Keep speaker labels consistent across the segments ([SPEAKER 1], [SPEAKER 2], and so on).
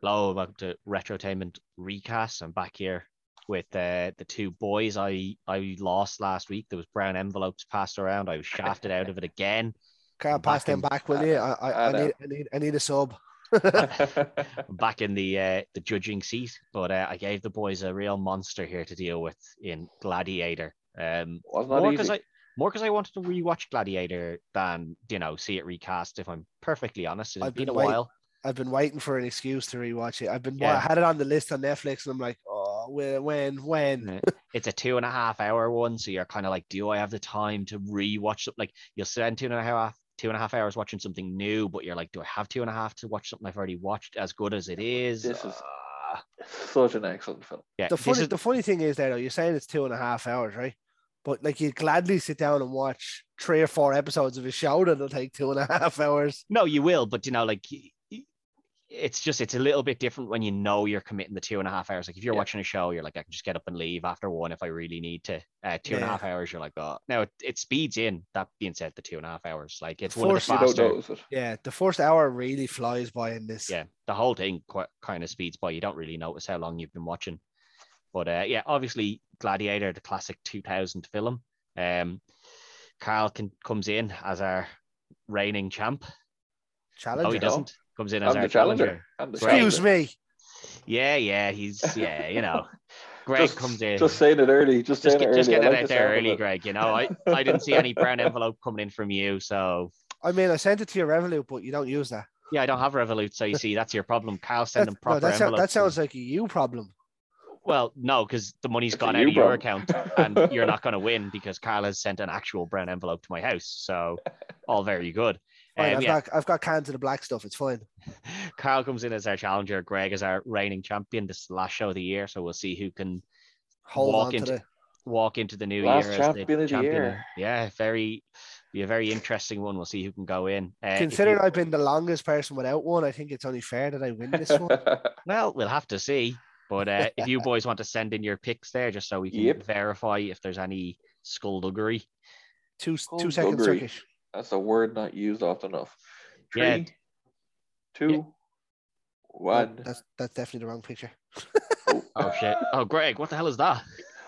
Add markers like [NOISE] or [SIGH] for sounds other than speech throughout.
[SPEAKER 1] Hello, welcome to Retrotainment Recast. I'm back here with uh, the two boys I, I lost last week. There was brown envelopes passed around. I was shafted out of it again.
[SPEAKER 2] Can't pass them back, will you? I, I, I, need, I need I need a sub.
[SPEAKER 1] I'm back in the uh, the judging seat, but uh, I gave the boys a real monster here to deal with in Gladiator. Um,
[SPEAKER 3] Wasn't that
[SPEAKER 1] more
[SPEAKER 3] easy?
[SPEAKER 1] because I more 'cause I wanted to rewatch Gladiator than you know see it recast. If I'm perfectly honest, it's
[SPEAKER 2] I've
[SPEAKER 1] been
[SPEAKER 2] been
[SPEAKER 1] a
[SPEAKER 2] waiting-
[SPEAKER 1] while.
[SPEAKER 2] I've been waiting for an excuse to rewatch it. I've been
[SPEAKER 1] Yeah.
[SPEAKER 2] I had it on the list on Netflix, and I'm like, oh, whe- when, when?
[SPEAKER 1] Yeah. it's a two and a half hour one, so you're kind of like, do I have the time to rewatch something? Like you'll spend two and a half two and a half hours watching something new, but you're like, do I have two and a half to watch something I've already watched as good as it is?
[SPEAKER 3] This is- uh,
[SPEAKER 1] Ah.
[SPEAKER 3] Such an excellent film.
[SPEAKER 1] yeah.
[SPEAKER 2] The
[SPEAKER 1] this
[SPEAKER 2] funny,
[SPEAKER 1] is-
[SPEAKER 2] the funny thing is, there though, you're saying it's two and a half hours, right? But like, you'd gladly sit down and watch three or four episodes of a show [LAUGHS] that'll take two and a half hours.
[SPEAKER 1] no, you will, but you know, like y- y- it's just it's a little bit different when you know you're committing the two and a half hours. Like if you're
[SPEAKER 3] Yeah.
[SPEAKER 1] watching a show, you're like, I can just get up and leave after one if I really need to. Uh, two and a
[SPEAKER 2] Yeah.
[SPEAKER 1] half hours, you're like, oh, now it, it speeds in. That being said, the two and a half hours, like it's
[SPEAKER 2] Of
[SPEAKER 1] one of the
[SPEAKER 2] course you
[SPEAKER 1] faster.
[SPEAKER 3] You don't notice it.
[SPEAKER 2] Yeah, the first hour really flies by in this.
[SPEAKER 1] yeah, the whole thing quite, kind of speeds by. You don't really notice how long you've been watching. But uh, yeah, obviously Gladiator, the classic 2000 film. Um, Carl can, comes in as our reigning champ.
[SPEAKER 2] challenge.
[SPEAKER 1] Oh, he
[SPEAKER 3] Challenger.
[SPEAKER 1] doesn't. Comes in as our
[SPEAKER 3] I'm the
[SPEAKER 1] challenger.
[SPEAKER 3] challenger. I'm the
[SPEAKER 2] Excuse
[SPEAKER 3] challenger.
[SPEAKER 2] me.
[SPEAKER 1] Yeah, yeah, he's yeah, you
[SPEAKER 3] [LAUGHS]
[SPEAKER 1] know. Greg
[SPEAKER 3] just,
[SPEAKER 1] comes in.
[SPEAKER 3] Just saying it early. Just,
[SPEAKER 1] just,
[SPEAKER 3] saying it
[SPEAKER 1] get,
[SPEAKER 3] early.
[SPEAKER 1] just
[SPEAKER 3] I
[SPEAKER 1] getting
[SPEAKER 3] like
[SPEAKER 1] it out
[SPEAKER 3] the
[SPEAKER 1] there
[SPEAKER 3] sound of
[SPEAKER 1] early,
[SPEAKER 3] it.
[SPEAKER 1] Greg. You know, I, I didn't see any
[SPEAKER 3] [LAUGHS]
[SPEAKER 1] brown envelope coming in from you, so
[SPEAKER 2] I mean, I sent it to your Revolut, but you don't use that.
[SPEAKER 1] yeah, I don't have Revolut. So you see, that's your problem. Carl
[SPEAKER 2] That,
[SPEAKER 1] sending
[SPEAKER 2] no,
[SPEAKER 1] proper
[SPEAKER 2] that, sound,
[SPEAKER 1] envelopes.
[SPEAKER 2] that sounds like a you problem.
[SPEAKER 1] Well, no, because the money's
[SPEAKER 3] It's a
[SPEAKER 1] gone out
[SPEAKER 3] you
[SPEAKER 1] of your
[SPEAKER 3] problem. [LAUGHS]
[SPEAKER 1] account and you're [LAUGHS] not going to win because Carl has sent an actual brown envelope to my house. So, all very
[SPEAKER 3] [LAUGHS]
[SPEAKER 1] good.
[SPEAKER 2] Fine,
[SPEAKER 1] Um,
[SPEAKER 2] I've,
[SPEAKER 1] yeah,
[SPEAKER 2] got, I've got cans of the black stuff. It's fine.
[SPEAKER 1] [LAUGHS] Carl comes in as our challenger. Greg is our reigning champion. This is the last show of the year. So, we'll see who can
[SPEAKER 2] Hold
[SPEAKER 1] Walk
[SPEAKER 2] on to
[SPEAKER 1] into-
[SPEAKER 2] the.
[SPEAKER 1] walk into the new
[SPEAKER 3] Last
[SPEAKER 1] year
[SPEAKER 3] champion of the year.
[SPEAKER 1] Yeah, very, be a very interesting one. We'll see who can go in. Uh, if you-
[SPEAKER 2] Considering I've been the longest person without one, I think it's only fair that I
[SPEAKER 1] [LAUGHS]
[SPEAKER 2] win this one.
[SPEAKER 1] well, we'll have to see. But uh, if
[SPEAKER 3] [LAUGHS]
[SPEAKER 1] you boys want to send in your picks there, just so we can
[SPEAKER 3] Yep.
[SPEAKER 1] verify if there's any skullduggery.
[SPEAKER 2] Two
[SPEAKER 3] Oh,
[SPEAKER 2] two second
[SPEAKER 3] buggery.
[SPEAKER 2] circuit.
[SPEAKER 3] That's a word not used often enough. Three,
[SPEAKER 1] Yeah.
[SPEAKER 3] two,
[SPEAKER 1] Yeah.
[SPEAKER 2] Oh,
[SPEAKER 3] one.
[SPEAKER 2] that's that's definitely the wrong picture.
[SPEAKER 1] Oh,
[SPEAKER 3] [LAUGHS]
[SPEAKER 1] shit. Oh, Greg, what the hell is that?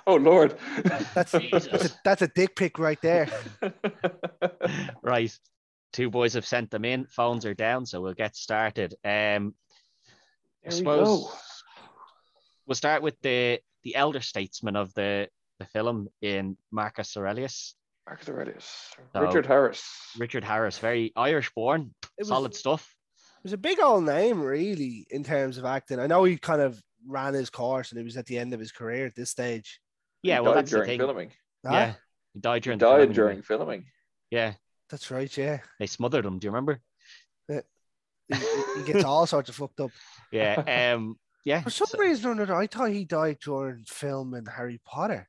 [SPEAKER 3] Oh, Lord. [LAUGHS]
[SPEAKER 2] That's that's a, that's a dick pic right
[SPEAKER 1] [LAUGHS]
[SPEAKER 2] there.
[SPEAKER 1] right. Two boys have sent them in. Phones are down, so we'll get started. Um, I
[SPEAKER 3] we
[SPEAKER 1] suppose
[SPEAKER 3] go.
[SPEAKER 1] we'll start with the the elder statesman of the the film in Marcus Aurelius,
[SPEAKER 3] Marcus Aurelius.
[SPEAKER 1] No.
[SPEAKER 3] Richard Harris.
[SPEAKER 1] Richard Harris, very Irish born,
[SPEAKER 2] It was,
[SPEAKER 1] solid stuff.
[SPEAKER 2] It was a big old name, really, in terms of acting. I know he kind of ran his course, and it was at the end of his career at this stage.
[SPEAKER 1] Yeah,
[SPEAKER 3] He
[SPEAKER 1] well,
[SPEAKER 3] died
[SPEAKER 1] that's the
[SPEAKER 3] during
[SPEAKER 1] thing.
[SPEAKER 3] filming.
[SPEAKER 2] Huh?
[SPEAKER 1] Yeah, he died
[SPEAKER 3] He
[SPEAKER 1] during. the
[SPEAKER 3] died
[SPEAKER 1] filming.
[SPEAKER 3] during filming.
[SPEAKER 1] Yeah,
[SPEAKER 2] that's right. Yeah,
[SPEAKER 1] they smothered him. Do you remember?
[SPEAKER 2] he, he
[SPEAKER 1] [LAUGHS]
[SPEAKER 2] gets all sorts of fucked up.
[SPEAKER 3] [LAUGHS]
[SPEAKER 1] Yeah. Um. Yeah.
[SPEAKER 2] For some
[SPEAKER 1] so-
[SPEAKER 2] reason or another, I thought he died during filming Harry Potter.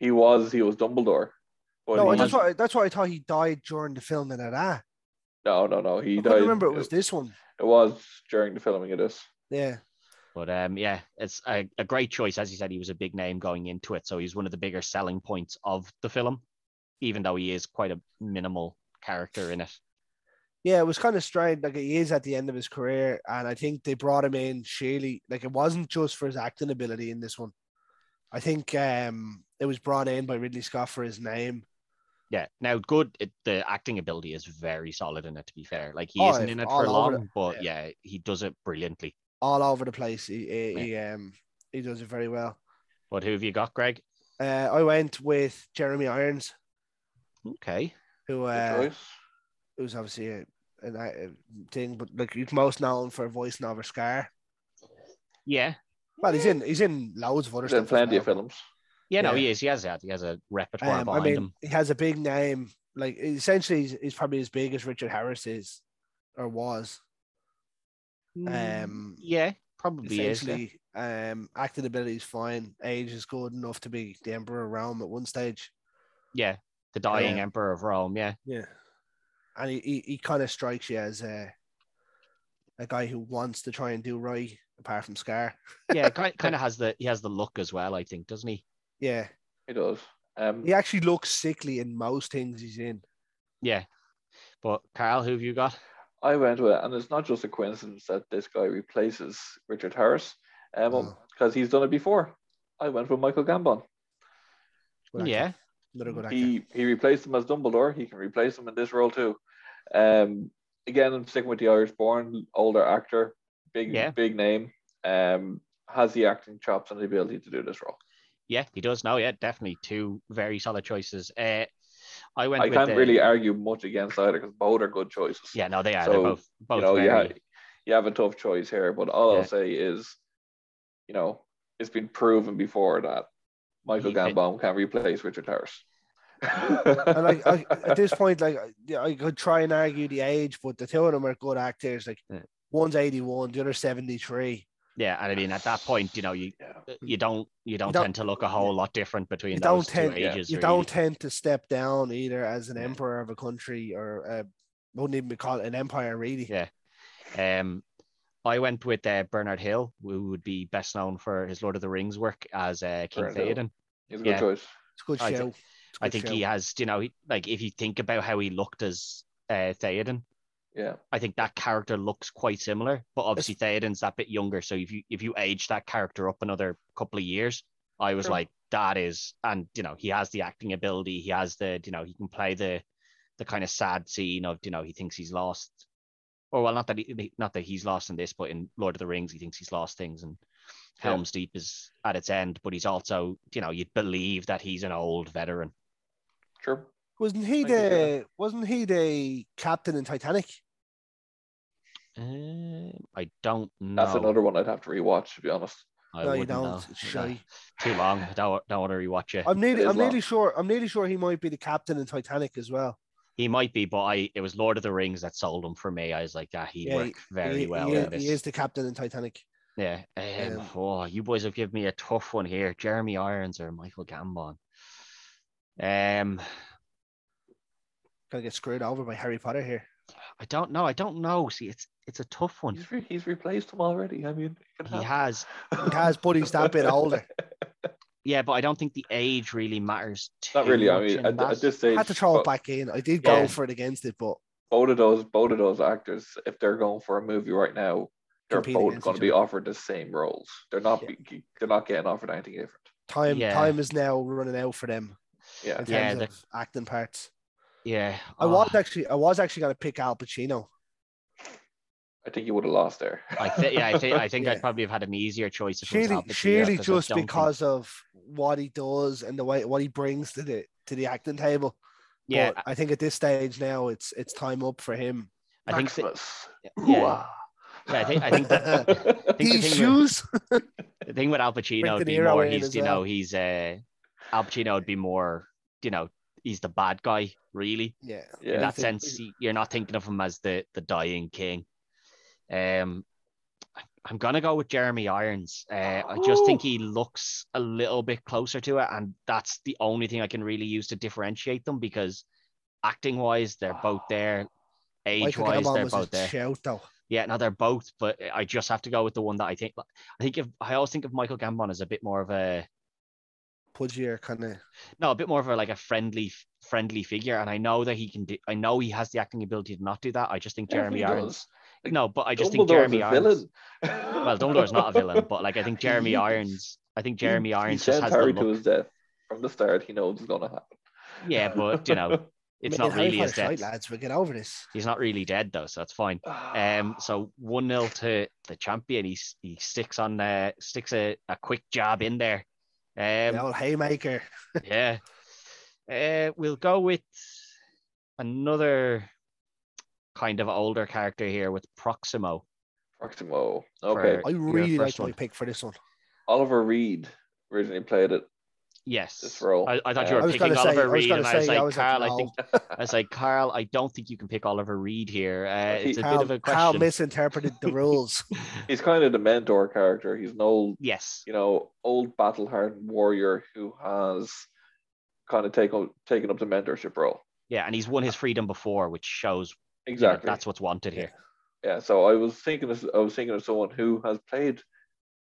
[SPEAKER 3] He was he was Dumbledore. But
[SPEAKER 2] no,
[SPEAKER 3] he,
[SPEAKER 2] I that's why that's why I thought he died during the filming of that.
[SPEAKER 3] no, no, no. He
[SPEAKER 2] I
[SPEAKER 3] died.
[SPEAKER 2] couldn't remember it was this one.
[SPEAKER 3] it was during the filming of this.
[SPEAKER 2] Yeah,
[SPEAKER 1] But um, yeah, it's a, a great choice. As you said, he was a big name going into it. So he's one of the bigger selling points of the film, even though he is quite a minimal character in it.
[SPEAKER 2] yeah, it was kind of strange. Like he is at the end of his career, and I think they brought him in surely. Like it wasn't just for his acting ability in this one. I think um it was brought in by Ridley Scott for his name.
[SPEAKER 1] Yeah. Now, good. It, the acting ability is very solid in it, to be fair. Like, he
[SPEAKER 2] Oh,
[SPEAKER 1] isn't
[SPEAKER 2] it's
[SPEAKER 1] in it
[SPEAKER 2] all
[SPEAKER 1] for
[SPEAKER 2] over
[SPEAKER 1] long,
[SPEAKER 2] the-
[SPEAKER 1] but yeah. he does it brilliantly.
[SPEAKER 2] All over the place. He he, he um he does it very well.
[SPEAKER 1] But who have you got, Greg?
[SPEAKER 2] Uh, I went with Jeremy Irons,
[SPEAKER 1] Okay.
[SPEAKER 2] who
[SPEAKER 3] Good
[SPEAKER 2] uh,
[SPEAKER 3] choice.
[SPEAKER 2] who's obviously a, an a thing, but like he's most known for voice novel Scar.
[SPEAKER 1] Yeah.
[SPEAKER 2] Well, he's in he's in loads of other
[SPEAKER 3] There's
[SPEAKER 2] stuff. as
[SPEAKER 3] plenty of
[SPEAKER 2] well.
[SPEAKER 3] films.
[SPEAKER 1] Yeah, no,
[SPEAKER 2] Yeah.
[SPEAKER 1] he is. He has that. He has a repertoire
[SPEAKER 2] Um, I
[SPEAKER 1] behind
[SPEAKER 2] mean,
[SPEAKER 1] him.
[SPEAKER 2] he has a big name. Like essentially, he's, he's probably as big as Richard Harris is, or was. Um,
[SPEAKER 1] Mm, yeah, probably is. yeah.
[SPEAKER 2] essentially, um, acting ability is fine. Age is good enough to be the Emperor of Rome at one stage.
[SPEAKER 1] Yeah. The dying
[SPEAKER 2] um,
[SPEAKER 1] emperor of Rome. Yeah.
[SPEAKER 2] Yeah, and he he, he kind of strikes you as a a guy who wants to try and do right, apart from Scar.
[SPEAKER 1] Yeah.
[SPEAKER 2] [LAUGHS]
[SPEAKER 1] Kind, kind of has the, he has the look as well, I think, doesn't he?
[SPEAKER 2] Yeah,
[SPEAKER 3] He does. Um,
[SPEAKER 2] he actually looks sickly in most things he's in.
[SPEAKER 1] Yeah. But Carl, who have you got?
[SPEAKER 3] I went with it, and it's not just a coincidence that this guy replaces Richard Harris, because um,
[SPEAKER 2] Oh.
[SPEAKER 3] because he's done it before. I went with Michael Gambon.
[SPEAKER 2] Good actor.
[SPEAKER 1] yeah.
[SPEAKER 2] Another good actor.
[SPEAKER 3] He he replaced him as Dumbledore. He can replace him in this role too. Um, again, I'm sticking with the Irish-born older actor, big
[SPEAKER 1] Yeah.
[SPEAKER 3] big name. Um, has the acting chops and the ability to do this role.
[SPEAKER 1] Yeah, he does now. Yeah, definitely two very solid choices. Uh, I went.
[SPEAKER 3] I
[SPEAKER 1] with
[SPEAKER 3] can't
[SPEAKER 1] the-
[SPEAKER 3] really argue much against either because both are good choices.
[SPEAKER 1] Yeah, no, they are.
[SPEAKER 3] So,
[SPEAKER 1] They're both both
[SPEAKER 3] you know,
[SPEAKER 1] very.
[SPEAKER 3] you have, you have a tough choice here, but all
[SPEAKER 1] Yeah.
[SPEAKER 3] I'll say is, you know, it's been proven before that Michael
[SPEAKER 1] Yeah.
[SPEAKER 3] Gambon can replace Richard Harris.
[SPEAKER 2] [LAUGHS] and
[SPEAKER 1] [LAUGHS]
[SPEAKER 2] like I, at this point, like I- yeah, I could try and argue the age, but the two of them are good actors. Like
[SPEAKER 1] Yeah.
[SPEAKER 2] one's eighty-one, the other seventy-three.
[SPEAKER 1] Yeah, and I mean at that point, you know, you uh,
[SPEAKER 3] Yeah.
[SPEAKER 1] you don't you don't,
[SPEAKER 2] Mm. don't-
[SPEAKER 1] tend to look a whole lot different between
[SPEAKER 2] You
[SPEAKER 1] those
[SPEAKER 2] don't
[SPEAKER 1] two
[SPEAKER 2] tend-
[SPEAKER 3] yeah.
[SPEAKER 1] ages.
[SPEAKER 2] you
[SPEAKER 1] really.
[SPEAKER 2] don't tend to step down either as an
[SPEAKER 1] Yeah.
[SPEAKER 2] emperor of a country or uh, wouldn't even be called an empire really.
[SPEAKER 1] Yeah. Um, I went with uh, Bernard Hill, who would be best known for his Lord of the Rings work as uh, King
[SPEAKER 3] Bernard Hill.
[SPEAKER 1] Theoden.
[SPEAKER 3] It's a good
[SPEAKER 1] Yeah.
[SPEAKER 3] choice.
[SPEAKER 2] It's a good show.
[SPEAKER 1] I thi-
[SPEAKER 2] It's a
[SPEAKER 1] I
[SPEAKER 2] good
[SPEAKER 1] think
[SPEAKER 2] show.
[SPEAKER 1] he has, you know, he, like if you think about how he looked as uh, Theoden,
[SPEAKER 3] Yeah.
[SPEAKER 1] I think that character looks quite similar. But obviously Theoden's that bit younger, so if you if you age that character up another couple of years, I was
[SPEAKER 3] Sure.
[SPEAKER 1] like, that is, and you know, he has the acting ability. He has the, you know, he can play the, the kind of sad scene of, you know, he thinks he's lost, or well, not that he, not that he's lost in this, but in Lord of the Rings, he thinks he's lost things, and
[SPEAKER 3] Yeah.
[SPEAKER 1] Helm's Deep is at its end, but he's also, you know, you'd believe that he's an old veteran.
[SPEAKER 3] Sure.
[SPEAKER 2] wasn't he
[SPEAKER 3] I can see that.
[SPEAKER 2] the wasn't he the captain in Titanic?
[SPEAKER 1] Um, I don't know.
[SPEAKER 3] That's another one I'd have to rewatch, to be honest.
[SPEAKER 1] I
[SPEAKER 2] no, you
[SPEAKER 1] wouldn't
[SPEAKER 2] don't.
[SPEAKER 1] know.
[SPEAKER 2] It's shy.
[SPEAKER 1] Too long. I don't, don't want to rewatch it.
[SPEAKER 2] I'm nearly
[SPEAKER 3] is
[SPEAKER 2] I'm
[SPEAKER 3] long.
[SPEAKER 2] nearly sure I'm nearly sure he might be the captain in Titanic as well.
[SPEAKER 1] He might be, but I it was Lord of the Rings that sold him for me. I was like, ah, he'd
[SPEAKER 2] Yeah,
[SPEAKER 1] work very
[SPEAKER 2] he,
[SPEAKER 1] well
[SPEAKER 2] he,
[SPEAKER 1] in this.
[SPEAKER 2] he is the captain in Titanic.
[SPEAKER 1] Yeah. Um,
[SPEAKER 2] Um,
[SPEAKER 1] oh, you boys have given me a tough one here. Jeremy Irons or Michael Gambon. Um,
[SPEAKER 2] Gonna get screwed over by Harry Potter here.
[SPEAKER 1] I don't know. I don't know. See, it's it's a tough one.
[SPEAKER 3] He's, re- he's replaced him already. I mean, it can
[SPEAKER 1] He
[SPEAKER 3] happen.
[SPEAKER 1] has,
[SPEAKER 2] He has, but he's that
[SPEAKER 3] [LAUGHS]
[SPEAKER 2] bit older.
[SPEAKER 1] yeah, but I don't think the age really matters. Too
[SPEAKER 3] Not really. I
[SPEAKER 1] much
[SPEAKER 3] mean,
[SPEAKER 1] in
[SPEAKER 3] at,
[SPEAKER 1] that.
[SPEAKER 3] at this stage,
[SPEAKER 2] had to throw
[SPEAKER 3] bo-
[SPEAKER 2] it back in. I did go
[SPEAKER 1] Yeah.
[SPEAKER 2] for it against it, but
[SPEAKER 3] both of those, both of those actors, if they're going for a movie right now, they're
[SPEAKER 2] Compete
[SPEAKER 3] both
[SPEAKER 2] against
[SPEAKER 3] going
[SPEAKER 2] each
[SPEAKER 3] to be
[SPEAKER 2] other.
[SPEAKER 3] offered the same roles. They're not.
[SPEAKER 2] Yeah.
[SPEAKER 3] be- they're not getting offered anything different.
[SPEAKER 2] time
[SPEAKER 1] Yeah.
[SPEAKER 2] time is now running out for them
[SPEAKER 3] Yeah.
[SPEAKER 2] in terms
[SPEAKER 1] Yeah, the-
[SPEAKER 2] of acting parts.
[SPEAKER 1] yeah,
[SPEAKER 2] I
[SPEAKER 1] oh,
[SPEAKER 2] was actually I was actually gonna pick Al Pacino.
[SPEAKER 3] I think you would have lost there.
[SPEAKER 1] I think, yeah, I think,
[SPEAKER 2] [LAUGHS]
[SPEAKER 1] I think
[SPEAKER 2] Yeah.
[SPEAKER 1] I'd probably have had an easier choice. If it was Al
[SPEAKER 2] Surely,
[SPEAKER 1] Pacino,
[SPEAKER 2] surely
[SPEAKER 1] 'cause I
[SPEAKER 2] just
[SPEAKER 1] don't think-
[SPEAKER 2] because of what he does and the way what he brings to the to the acting table.
[SPEAKER 1] yeah,
[SPEAKER 2] but I think at this stage now it's it's time up for him.
[SPEAKER 1] I think, that-
[SPEAKER 3] Maximus.
[SPEAKER 1] yeah, yeah, I think, [LAUGHS] I
[SPEAKER 2] [LAUGHS]
[SPEAKER 1] think
[SPEAKER 3] [LAUGHS]
[SPEAKER 1] I think the
[SPEAKER 2] These
[SPEAKER 1] thing with-
[SPEAKER 2] shoes.
[SPEAKER 1] the thing with Al Pacino would
[SPEAKER 2] De
[SPEAKER 1] be
[SPEAKER 2] Niro
[SPEAKER 1] more
[SPEAKER 2] in
[SPEAKER 1] he's
[SPEAKER 2] as
[SPEAKER 1] you
[SPEAKER 2] well.
[SPEAKER 1] know he's uh Al Pacino would be more you know he's the bad guy really
[SPEAKER 2] yeah.
[SPEAKER 1] in
[SPEAKER 3] yeah.
[SPEAKER 1] that sense y- you're not thinking of him as the the dying king um I- I'm gonna go with Jeremy Irons uh, I just think
[SPEAKER 2] Oh!
[SPEAKER 1] he looks a little bit closer to it and that's the only thing I can really use to differentiate them because acting wise they're both
[SPEAKER 2] [SIGHS]
[SPEAKER 1] there age
[SPEAKER 2] Michael
[SPEAKER 1] wise
[SPEAKER 2] Gambon
[SPEAKER 1] they're
[SPEAKER 2] was a
[SPEAKER 1] both there
[SPEAKER 2] shout though.
[SPEAKER 1] yeah, no, they're both, but I just have to go with the one that I think. I think if I always think of Michael Gambon as a bit more of a
[SPEAKER 2] Pudgier kind of
[SPEAKER 1] no, a bit more of a like a friendly friendly figure, and I know that he can do. I know he has the acting ability to not do that. I just think
[SPEAKER 3] Yeah,
[SPEAKER 1] Jeremy
[SPEAKER 3] he
[SPEAKER 1] Irons.
[SPEAKER 3] does. Like,
[SPEAKER 1] No, but I just think
[SPEAKER 3] Dumbledore's
[SPEAKER 1] Jeremy
[SPEAKER 3] a
[SPEAKER 1] Irons.
[SPEAKER 3] villain.
[SPEAKER 1] [LAUGHS] Well, Dumbledore's not a villain, but like I think
[SPEAKER 3] He
[SPEAKER 1] Jeremy
[SPEAKER 3] is.
[SPEAKER 1] Irons. I think
[SPEAKER 3] [LAUGHS] He-
[SPEAKER 1] Jeremy Irons
[SPEAKER 3] he
[SPEAKER 1] just
[SPEAKER 3] sent
[SPEAKER 1] has
[SPEAKER 3] Harry
[SPEAKER 1] the
[SPEAKER 3] to
[SPEAKER 1] look.
[SPEAKER 3] his death from the start. He knows it's going to happen.
[SPEAKER 1] Yeah, but you
[SPEAKER 3] [LAUGHS]
[SPEAKER 1] know it's
[SPEAKER 2] Man,
[SPEAKER 1] not
[SPEAKER 2] Harry
[SPEAKER 1] really his
[SPEAKER 2] Potter's right,
[SPEAKER 1] death.
[SPEAKER 2] lads. We'll get over this.
[SPEAKER 1] He's not really dead though, so that's fine. Um, so one 0 to the champion. He s- he sticks on uh, sticks a, a quick jab in there. Um,
[SPEAKER 2] the old haymaker. [LAUGHS]
[SPEAKER 1] yeah. Uh, we'll go with another kind of older character here with Proximo.
[SPEAKER 3] Proximo. Okay.
[SPEAKER 1] for
[SPEAKER 2] I
[SPEAKER 1] your
[SPEAKER 2] really
[SPEAKER 1] first
[SPEAKER 2] like my
[SPEAKER 1] one.
[SPEAKER 2] pick for this one.
[SPEAKER 3] Oliver Reed originally played it.
[SPEAKER 1] Yes.
[SPEAKER 3] This role.
[SPEAKER 1] I, I thought
[SPEAKER 3] Uh,
[SPEAKER 1] you
[SPEAKER 2] I
[SPEAKER 1] were
[SPEAKER 2] was
[SPEAKER 1] picking
[SPEAKER 2] gonna say-
[SPEAKER 1] Oliver
[SPEAKER 2] I was
[SPEAKER 1] Reed,
[SPEAKER 2] gonna
[SPEAKER 1] and I was
[SPEAKER 2] say,
[SPEAKER 1] like,
[SPEAKER 2] I was like,
[SPEAKER 1] Carl, I
[SPEAKER 2] no.
[SPEAKER 1] think I was like, Carl, I don't think you can pick Oliver Reed here. Uh,
[SPEAKER 3] he-
[SPEAKER 1] it's a
[SPEAKER 2] Carl,
[SPEAKER 1] bit of a
[SPEAKER 2] Carl
[SPEAKER 1] question.
[SPEAKER 2] misinterpreted the rules.
[SPEAKER 3] He's kind of the mentor character. He's an old,
[SPEAKER 1] [LAUGHS] yes.
[SPEAKER 3] you know, old battle hardened warrior who has kind of taken taken up the mentorship role.
[SPEAKER 1] Yeah, and he's won his freedom before, which shows you know,
[SPEAKER 3] Exactly.
[SPEAKER 1] that's what's wanted here.
[SPEAKER 3] yeah so i was thinking of, i was thinking of someone who has played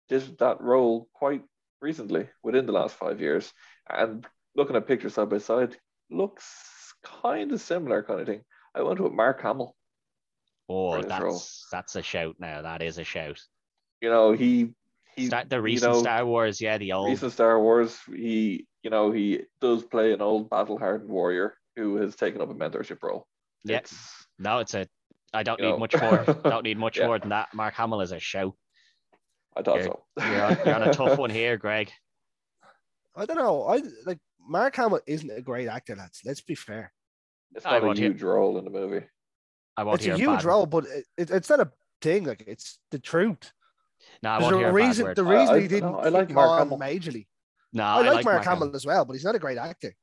[SPEAKER 3] this that role quite recently within the last five years and looking at pictures side by side looks kind of similar kind of thing i went with mark hamill
[SPEAKER 1] Oh,
[SPEAKER 3] Brilliant
[SPEAKER 1] that's
[SPEAKER 3] role.
[SPEAKER 1] that's a shout now. That is a shout.
[SPEAKER 3] You know, he he
[SPEAKER 1] Star, the recent
[SPEAKER 3] know,
[SPEAKER 1] Star Wars, yeah, the old
[SPEAKER 3] recent Star Wars, he you know, he does play an old battle hardened warrior who has taken up a mentorship role.
[SPEAKER 1] Yeah.
[SPEAKER 3] It's-
[SPEAKER 1] No, it's a. I don't
[SPEAKER 3] You
[SPEAKER 1] need
[SPEAKER 3] know.
[SPEAKER 1] much more.
[SPEAKER 3] [LAUGHS]
[SPEAKER 1] Don't need much
[SPEAKER 3] Yeah.
[SPEAKER 1] more than that. Mark Hamill is a show.
[SPEAKER 3] I thought
[SPEAKER 1] You're-
[SPEAKER 3] so.
[SPEAKER 1] You're on, you're on a
[SPEAKER 3] [LAUGHS]
[SPEAKER 1] tough one here, Greg.
[SPEAKER 2] I don't know. I like Mark Hamill isn't a great actor, lads. Let's be fair.
[SPEAKER 3] It's
[SPEAKER 1] I
[SPEAKER 3] not a
[SPEAKER 1] want you-
[SPEAKER 3] huge role in the movie.
[SPEAKER 1] I won't
[SPEAKER 2] it's
[SPEAKER 1] hear
[SPEAKER 2] a
[SPEAKER 1] a
[SPEAKER 2] huge
[SPEAKER 1] bad word.
[SPEAKER 2] role, but it, it- it's not a thing. Like it's the truth.
[SPEAKER 1] No, I
[SPEAKER 2] There's
[SPEAKER 1] won't hear
[SPEAKER 2] a
[SPEAKER 1] a
[SPEAKER 2] reason.
[SPEAKER 1] bad
[SPEAKER 2] The
[SPEAKER 1] word.
[SPEAKER 3] I-
[SPEAKER 2] reason
[SPEAKER 3] I-
[SPEAKER 2] he didn't
[SPEAKER 3] no, I like
[SPEAKER 2] kick
[SPEAKER 3] Mark
[SPEAKER 2] on
[SPEAKER 3] Hamill.
[SPEAKER 2] majorly.
[SPEAKER 1] No,
[SPEAKER 2] I, like, Mark Hamill as well, but he's not a great actor.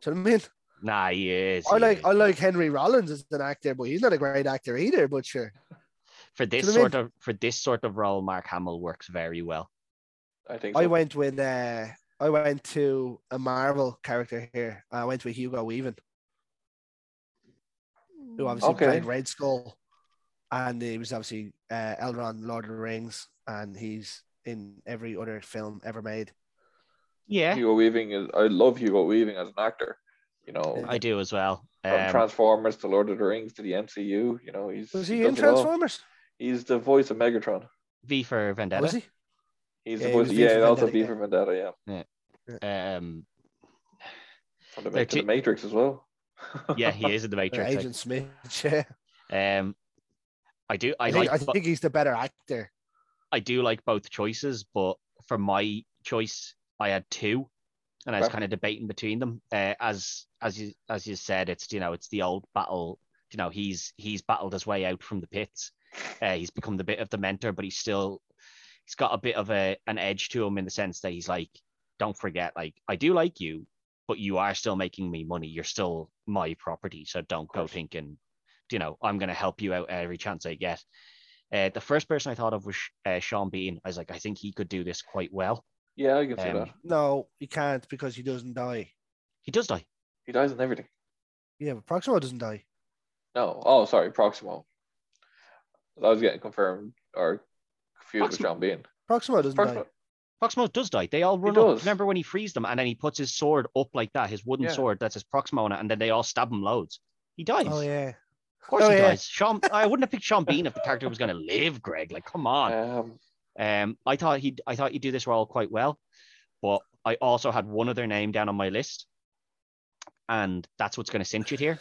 [SPEAKER 2] Do you know what I mean?
[SPEAKER 1] Nah, he is.
[SPEAKER 2] I
[SPEAKER 1] he
[SPEAKER 2] like
[SPEAKER 1] is.
[SPEAKER 2] I like Henry Rollins as an actor, but he's not a great actor either. But sure,
[SPEAKER 1] for this
[SPEAKER 2] you know what I
[SPEAKER 1] sort of for this sort of role, Mark Hamill works very well.
[SPEAKER 3] I think
[SPEAKER 2] I
[SPEAKER 3] so.
[SPEAKER 2] went with uh, I went to a Marvel character here. I went with Hugo Weaving, who obviously
[SPEAKER 3] Okay.
[SPEAKER 2] played Red Skull, and he was obviously uh, Elrond, Lord of the Rings, and he's in every other film ever made.
[SPEAKER 1] Yeah,
[SPEAKER 3] Hugo Weaving is I love Hugo Weaving as an actor. You know,
[SPEAKER 1] I do as well.
[SPEAKER 3] from
[SPEAKER 1] Um,
[SPEAKER 3] Transformers to Lord of the Rings to the MCU, you know, he's
[SPEAKER 2] Was
[SPEAKER 3] he
[SPEAKER 2] he in
[SPEAKER 3] does it all.
[SPEAKER 2] Transformers?
[SPEAKER 3] He's the voice of Megatron.
[SPEAKER 1] v for Vendetta.
[SPEAKER 2] Was he?
[SPEAKER 3] He's
[SPEAKER 2] Yeah,
[SPEAKER 3] the
[SPEAKER 2] he
[SPEAKER 3] voice
[SPEAKER 2] was V
[SPEAKER 3] yeah,
[SPEAKER 2] for
[SPEAKER 3] and also
[SPEAKER 2] Vendetta,
[SPEAKER 3] V
[SPEAKER 2] yeah.
[SPEAKER 3] for Vendetta, yeah.
[SPEAKER 1] Um,
[SPEAKER 3] From the,
[SPEAKER 1] They're
[SPEAKER 3] Ma- to
[SPEAKER 1] two-
[SPEAKER 3] the Matrix as well.
[SPEAKER 1] yeah, he
[SPEAKER 2] [LAUGHS]
[SPEAKER 1] is in the
[SPEAKER 2] Uh,
[SPEAKER 1] Matrix.
[SPEAKER 2] Agent Smith. [LAUGHS] Yeah.
[SPEAKER 1] Um, I do. I,
[SPEAKER 2] I, think,
[SPEAKER 1] like.
[SPEAKER 2] I
[SPEAKER 1] bo-
[SPEAKER 2] think he's the better actor.
[SPEAKER 1] I do like both choices, but for my choice, I had two, and I was
[SPEAKER 3] Okay.
[SPEAKER 1] kind of debating between them. Uh, as as you as you said, it's you know it's the old battle. You know he's he's battled his way out from the pits. Uh, he's become the bit of the mentor, but he's still he's got a bit of a an edge to him in the sense that he's like, don't forget, like I do like you, but you are still making me money. You're still my property, so don't go
[SPEAKER 3] course.
[SPEAKER 1] thinking, you know, I'm gonna help you out every chance I get. Uh, the first person I thought of was uh, Sean Bean. I was like, I think he could do this quite well.
[SPEAKER 3] yeah, I can see
[SPEAKER 1] Um,
[SPEAKER 3] that.
[SPEAKER 2] No, he can't because he doesn't die.
[SPEAKER 1] He does die.
[SPEAKER 3] He dies in everything.
[SPEAKER 2] Yeah, but Proximo doesn't die.
[SPEAKER 3] No. Oh, sorry, Proximo. I was getting confirmed or confused with
[SPEAKER 1] Proximo-
[SPEAKER 3] John Bean.
[SPEAKER 2] Proximo doesn't
[SPEAKER 3] Proximo.
[SPEAKER 2] die.
[SPEAKER 1] Proximo does die. They all
[SPEAKER 3] He
[SPEAKER 1] run up.
[SPEAKER 3] does.
[SPEAKER 1] Remember when he frees them and then he puts his sword up like that, his wooden
[SPEAKER 3] Yeah.
[SPEAKER 1] sword that says Proximo on it, and then they all stab him loads. He dies.
[SPEAKER 2] Oh yeah.
[SPEAKER 1] Of course
[SPEAKER 2] Oh,
[SPEAKER 1] he
[SPEAKER 2] yeah.
[SPEAKER 1] dies. Sean, I wouldn't have picked Sean Bean if the character was going to live, Greg. Like, come on.
[SPEAKER 3] Um,
[SPEAKER 1] Um, I thought he, would I thought he'd do this role quite well, but I also had one other name down on my list, and that's what's going to cinch it here.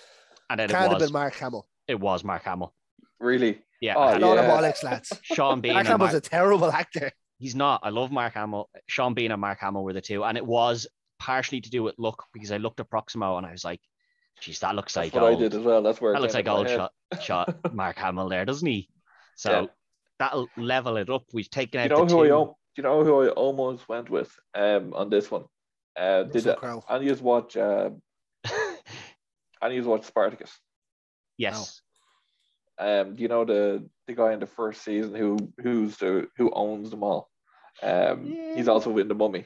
[SPEAKER 1] And then it
[SPEAKER 2] Can't have
[SPEAKER 1] was,
[SPEAKER 2] been Mark Hamill.
[SPEAKER 1] it was Mark Hamill.
[SPEAKER 3] really?
[SPEAKER 1] Yeah,
[SPEAKER 3] Oh,
[SPEAKER 1] I
[SPEAKER 2] A
[SPEAKER 1] had
[SPEAKER 2] lot of
[SPEAKER 3] yeah.
[SPEAKER 1] [LAUGHS]
[SPEAKER 2] bollocks, lads. [LAUGHS]
[SPEAKER 1] Sean Bean.
[SPEAKER 2] Mark
[SPEAKER 1] and Mark-
[SPEAKER 2] Hamill's a terrible actor.
[SPEAKER 1] he's not. I love Mark Hamill. Sean Bean and Mark Hamill were the two, and it was partially to do with look because I looked at Proximo and I was like, "Geez, that looks like
[SPEAKER 3] That's what I
[SPEAKER 1] old.
[SPEAKER 3] did as well. That's where it
[SPEAKER 1] that looks
[SPEAKER 3] came
[SPEAKER 1] like
[SPEAKER 3] into my
[SPEAKER 1] old
[SPEAKER 3] head.
[SPEAKER 1] shot
[SPEAKER 3] [LAUGHS]
[SPEAKER 1] shot Mark Hamill there, doesn't he?" So
[SPEAKER 3] Yeah.
[SPEAKER 1] that'll level it up. We've taken out
[SPEAKER 3] you know
[SPEAKER 1] the
[SPEAKER 3] who I
[SPEAKER 1] two.
[SPEAKER 3] al- do you know who I almost went with um on this one? Uh did
[SPEAKER 2] Russell
[SPEAKER 3] it,
[SPEAKER 2] Crowe.
[SPEAKER 3] and you just watch uh and you just watch Spartacus.
[SPEAKER 1] [LAUGHS] yes,
[SPEAKER 3] Um do you know the the guy in the first season who who's the who owns them all? Um he's
[SPEAKER 1] Yeah.
[SPEAKER 3] also in the mummy.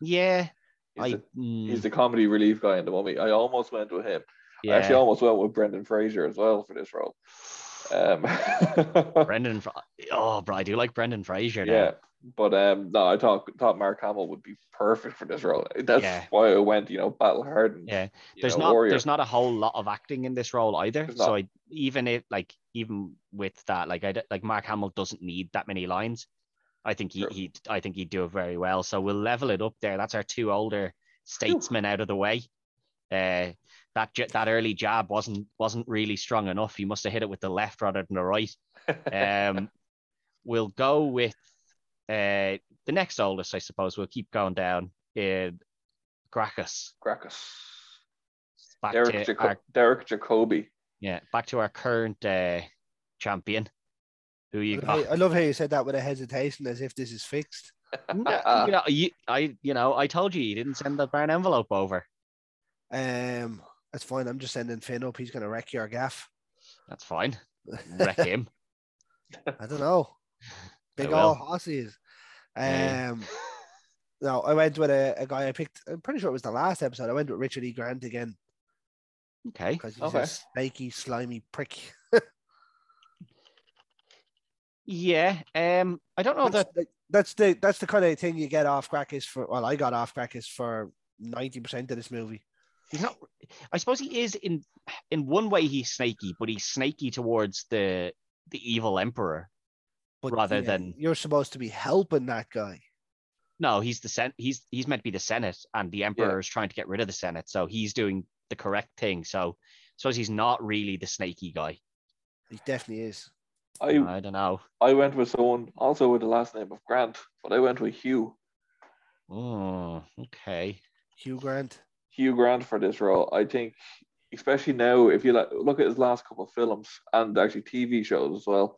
[SPEAKER 1] yeah.
[SPEAKER 3] He's,
[SPEAKER 1] I
[SPEAKER 3] the,
[SPEAKER 1] mm,
[SPEAKER 3] he's the comedy relief guy in the mummy. I almost went with him. I
[SPEAKER 1] yeah.
[SPEAKER 3] actually almost went with Brendan Fraser as well for this role. Um [LAUGHS]
[SPEAKER 1] Brendan. Fra- Oh, but I do like Brendan Fraser. now.
[SPEAKER 3] Yeah, but um, no, I thought thought Mark Hamill would be perfect for this role. That's
[SPEAKER 1] Yeah.
[SPEAKER 3] why I went, you know, battle hardened.
[SPEAKER 1] Yeah.
[SPEAKER 3] you
[SPEAKER 1] there's
[SPEAKER 3] know,
[SPEAKER 1] not
[SPEAKER 3] warrior.
[SPEAKER 1] there's not a whole lot of acting in this role either.
[SPEAKER 3] oh, There's
[SPEAKER 1] So
[SPEAKER 3] not.
[SPEAKER 1] I, even it like even with that, like I d- like Mark Hamill doesn't need that many lines. I think he
[SPEAKER 3] True.
[SPEAKER 1] he I think he'd do it very well. So we'll level it up there. That's our two older statesmen out of the way. Uh, that j- that early jab wasn't wasn't really strong enough. He must have hit it with the left rather than the right.
[SPEAKER 3] [LAUGHS]
[SPEAKER 1] Um, we'll go with uh, the next oldest, I suppose. We'll keep going down in Gracchus.
[SPEAKER 3] Gracchus.
[SPEAKER 1] Back
[SPEAKER 3] Derek,
[SPEAKER 1] to
[SPEAKER 3] Jaco-
[SPEAKER 1] our
[SPEAKER 3] Derek Jacobi.
[SPEAKER 1] Yeah, back to our current uh, champion. Who you
[SPEAKER 2] I love
[SPEAKER 1] got?
[SPEAKER 2] how- I love how you said that with a hesitation, as if this is fixed.
[SPEAKER 1] No, you know, you, I, you know, I told you you didn't send the brown envelope over.
[SPEAKER 2] Um, that's fine. I'm just sending Finn up. He's going to wreck your gaff.
[SPEAKER 1] That's fine. [LAUGHS] Wreck him.
[SPEAKER 2] I
[SPEAKER 1] [LAUGHS]
[SPEAKER 2] don't know. Big
[SPEAKER 1] will.
[SPEAKER 2] old hossies. Um,
[SPEAKER 1] Yeah.
[SPEAKER 2] no, I went with a, a guy I picked. I'm pretty sure it was the last episode. I went with Richard E. Grant again
[SPEAKER 1] Okay.
[SPEAKER 2] because he's
[SPEAKER 3] Okay.
[SPEAKER 2] a snaky, slimy prick.
[SPEAKER 1] Yeah. Um. I don't know
[SPEAKER 2] that's,
[SPEAKER 1] that.
[SPEAKER 2] the, that's the that's the kind of thing you get off Crackers for. Well, I got off Crackers for ninety percent of this movie.
[SPEAKER 1] He's not. I suppose he is in in one way he's snaky, but he's snaky towards the the evil emperor.
[SPEAKER 2] But
[SPEAKER 1] Rather
[SPEAKER 2] yeah,
[SPEAKER 1] than-
[SPEAKER 2] you're supposed to be helping that guy.
[SPEAKER 1] No, he's the sen- he's he's meant to be the Senate, and the Emperor is trying to get rid of the Senate, so he's doing the correct thing. So suppose he's not really the snaky guy.
[SPEAKER 2] He definitely is.
[SPEAKER 3] I
[SPEAKER 1] I, don't know.
[SPEAKER 3] I went with someone also with the last name of Grant, but I went with Hugh
[SPEAKER 1] Mm, okay.
[SPEAKER 2] Hugh Grant.
[SPEAKER 3] Hugh Grant for this role. I think, especially now, if you like, look at his last couple of films and actually TV shows as well.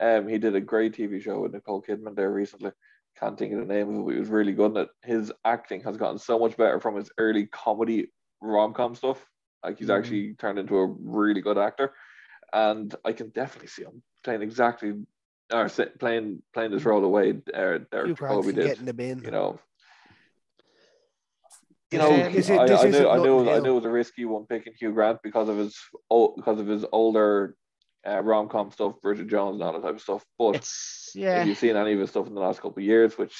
[SPEAKER 3] Um, he did a great TV show with Nicole Kidman there recently. Can't think of the name of it. But he was really good. in it. his acting has gotten so much better from his early comedy rom com stuff. Like he's
[SPEAKER 2] Mhm.
[SPEAKER 3] actually turned into a really good actor, and I can definitely see him playing exactly or si- playing playing this role away. Uh,
[SPEAKER 2] Mm-hmm. Hugh
[SPEAKER 3] Derek
[SPEAKER 2] Grant
[SPEAKER 3] Jacobi
[SPEAKER 2] can
[SPEAKER 3] did.
[SPEAKER 2] get in the bin.
[SPEAKER 3] You know, you
[SPEAKER 2] This
[SPEAKER 3] know,
[SPEAKER 2] is- this is-
[SPEAKER 3] I,
[SPEAKER 2] this
[SPEAKER 3] I
[SPEAKER 2] isn't
[SPEAKER 3] knew, I
[SPEAKER 2] Notting
[SPEAKER 3] knew, I
[SPEAKER 2] Hill.
[SPEAKER 3] knew it was a risky one picking Hugh Grant because of his old, because of his older uh, rom com stuff, Bridget Jones and all that type of stuff. But
[SPEAKER 1] It's yeah.
[SPEAKER 3] if you've seen any of his stuff in the last couple of years, which